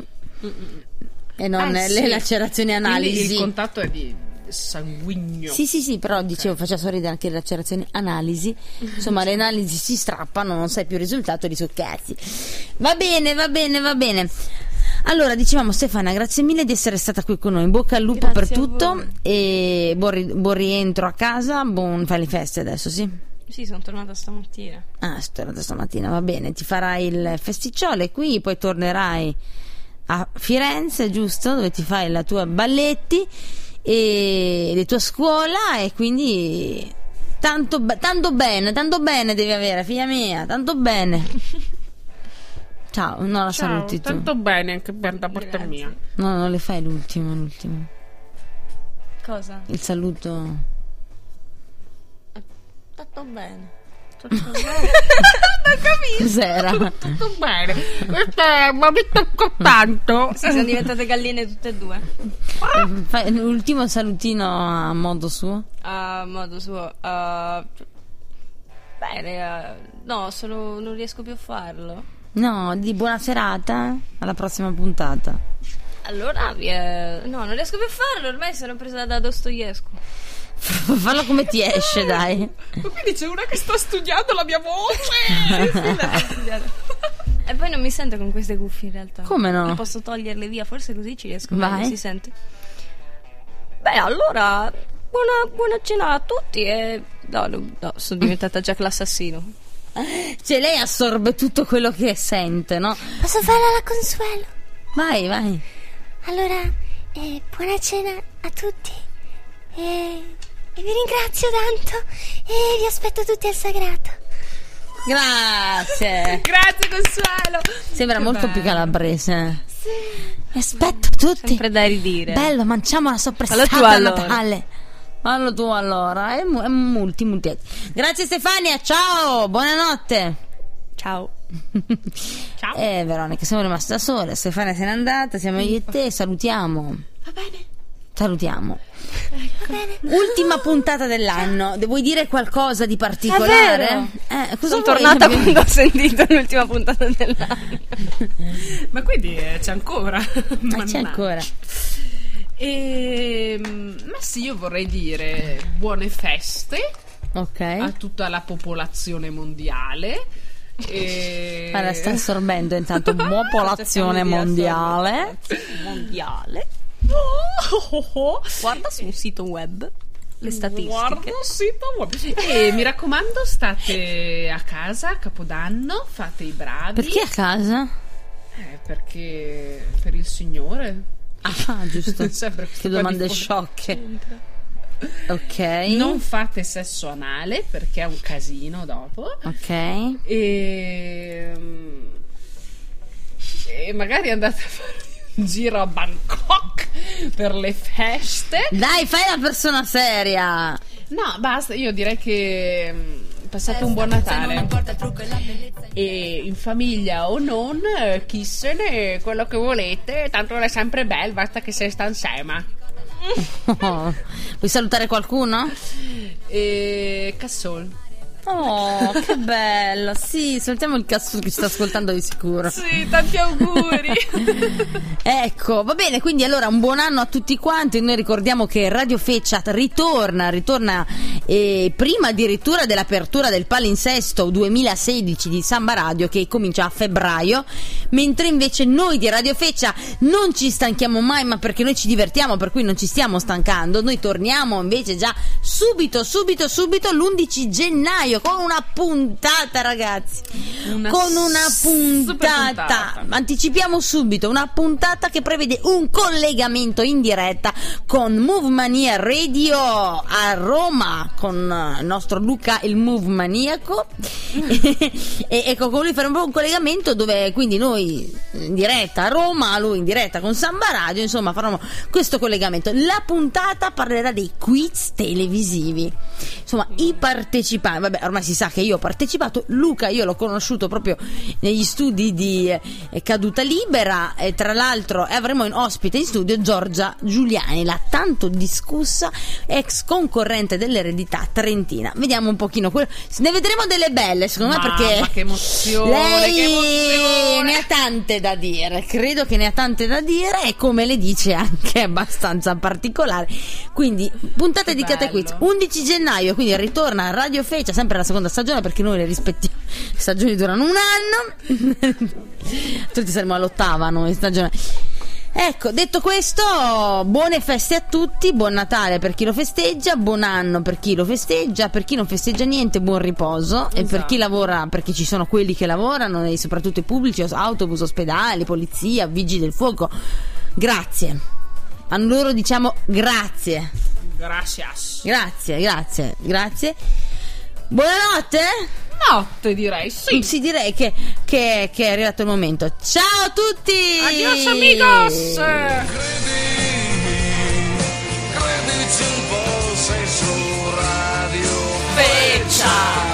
A: e non
B: Mm, Eh,
A: le
B: sì.
A: lacerazioni
B: Quindi
A: analisi.
B: il contatto è di sanguigno.
A: Sì, sì, sì, però dicevo, faceva sorridere anche le lacerazioni analisi. Insomma, le analisi si strappano, non sai più il risultato, li soccazzi. Va bene, va bene, va bene. Allora, dicevamo Stefana, grazie mille di essere stata qui con noi. In bocca al lupo
E: Grazie
A: per
E: a
A: tutto
E: voi.
A: e buon, ri- buon rientro a casa, buon fai le feste adesso, sì.
E: Sì, sono tornata stamattina.
A: Ah, sei tornata stamattina, va bene, ti farai il festicciole qui, poi tornerai a Firenze, giusto? Dove ti fai la tua balletti e la tua scuola e quindi tanto, be- tanto bene, tanto bene devi avere, figlia mia, tanto bene. Ciao, no, la
B: Ciao,
A: saluti tu.
B: tanto bene anche per da parte
E: Grazie.
B: mia.
A: No, non le fai l'ultimo, l'ultimo.
E: Cosa?
A: Il saluto.
E: Tutto bene.
A: Cos'era?
B: Tutto bene. Questo è un momento tanto.
E: Sì, sono diventate galline tutte e due.
A: Fai l'ultimo salutino a modo suo.
E: A modo suo. ah, bene, ah, no, solo non riesco più a farlo.
A: No, di buona serata. Alla prossima puntata. Ah,
E: Allora, vi è- no, non riesco più a farlo, ormai sono presa da Dostoevsky.
A: Fallo come ti esce, dai.
B: Ma quindi c'è una che sta studiando la mia voce.
E: e poi non mi sento con queste cuffie in realtà.
A: Come no?
E: Posso toglierle via, forse così ci riesco
A: Vai.
E: meglio, si sente. Beh, allora, buona, buona cena a tutti e... No, no, no, sono diventata Jack l'assassino.
A: Cioè, lei assorbe tutto quello che sente, no?
J: Posso farla la consuelo?
A: Vai, vai.
J: Allora, eh, buona cena a tutti. E, e vi ringrazio tanto. E vi aspetto tutti al sagrato.
A: Grazie.
B: Grazie, Consuelo.
A: Sembra molto più calabrese. Sì. Aspetto tutti.
E: Sempre da ridire.
A: Bello, mangiamo la
E: Fallo tu
A: soppressata a
E: allora.
A: Natale. Fallo tu allora. È, mu- è multi, multi. Grazie Stefania, ciao. Buonanotte.
E: Ciao.
B: Ciao.
A: Eh, Veronica, siamo rimaste da sole. Stefania se n'è andata, siamo io e te, salutiamo.
D: Va bene?
A: Salutiamo. Ultima puntata dell'anno. De- Vuoi dire qualcosa di particolare?
E: vero.
A: Eh, cosa
E: Sono
A: vuoi?
E: tornata quando ho sentito l'ultima puntata dell'anno.
B: Ma quindi eh, c'è ancora.
A: Ma Ah, c'è ancora.
B: Ehm, ma sì, io vorrei dire buone feste
A: Ok.
B: a tutta la popolazione mondiale. Eh, E...
A: Guarda, sta assorbendo intanto
E: Cioè,
A: popolazione mondiale.
E: Mondiale.
B: Oh, oh, oh.
E: Guarda su un sito web
A: Mm,
E: le statistiche.
B: Guarda, sì, ma- E mi raccomando, state a casa a Capodanno, fate i bravi.
A: Perché a casa?
B: Eh, perché per il Signore.
A: Ah, giusto.
B: Sempre
A: che
B: questa qua
A: domande
B: di fuori.
A: sciocche. Ok.
B: Non fate sesso anale perché è un casino dopo.
A: Ok.
B: E, mm, e magari andate a fare un giro a Bangkok per le feste.
A: Dai, fai la persona seria.
B: No, basta, io direi che mm, passate un buon Natale. E in famiglia o non, eh, chissene quello che volete, tanto è sempre bello, basta che sei sta insieme.
A: Oh, Vuoi salutare qualcuno?
B: E Cassol.
A: Oh, che bello. Sì, salutiamo il cazzo che ci sta ascoltando di sicuro.
B: Sì, tanti auguri.
A: Ecco, va bene, quindi allora un buon anno a tutti quanti. Noi ricordiamo che Radio Feccia ritorna, ritorna eh, prima addirittura dell'apertura del palinsesto 2016 di Samba Radio che comincia a febbraio, mentre invece noi di Radio Feccia non ci stanchiamo mai, ma perché noi ci divertiamo, per cui non ci stiamo stancando. Noi torniamo invece già subito, subito, subito l'11 gennaio con una puntata, ragazzi.
B: Una
A: con una
B: super
A: puntata.
B: puntata.
A: Anticipiamo subito una puntata che prevede un collegamento in diretta con Movemania Radio a Roma con eh, il nostro Luca il Movemaniaco e, ecco con lui faremo un collegamento dove quindi noi in diretta a Roma, lui in diretta con Samba Radio, insomma faremo questo collegamento. La puntata parlerà dei quiz televisivi. Insomma, i partecipanti, vabbè, ormai si sa che io ho partecipato, Luca io l'ho conosciuto proprio negli studi di eh, Caduta Libera e tra l'altro eh, avremo in ospite in studio Giorgia Giuliani, la tanto discussa ex concorrente dell'eredità trentina. Vediamo un pochino quello. Ne vedremo delle belle, secondo me,
B: Mamma,
A: perché
B: che emozione,
A: lei
B: che emozione.
A: ne ha tante da dire, credo che ne ha tante da dire e come le dice anche abbastanza particolare. Quindi puntata
B: Che
A: dedicata ai
B: bello.
A: quiz. 11 gennaio, quindi ritorna a Radio Feccia, sempre la seconda stagione perché noi le rispettiamo. Le stagioni durano un anno. Tutti saremo all'ottava noi stagione. Ecco, detto questo, buone feste a tutti, buon Natale per chi lo festeggia, buon anno per chi lo festeggia, per chi non festeggia niente, buon riposo e
B: Esatto.
A: per chi lavora, perché ci sono quelli che lavorano, e soprattutto i pubblici, os- autobus, ospedali, polizia, vigili del fuoco. Grazie. A loro diciamo grazie.
B: Gracias.
A: Grazie, grazie, grazie. Buonanotte? Mm,
B: Notte direi, sì.
A: Sì, direi che, che- che è arrivato il momento. Ciao a tutti!
B: Adios amigos.
G: Credici un po', sei su Radio
B: Feccia.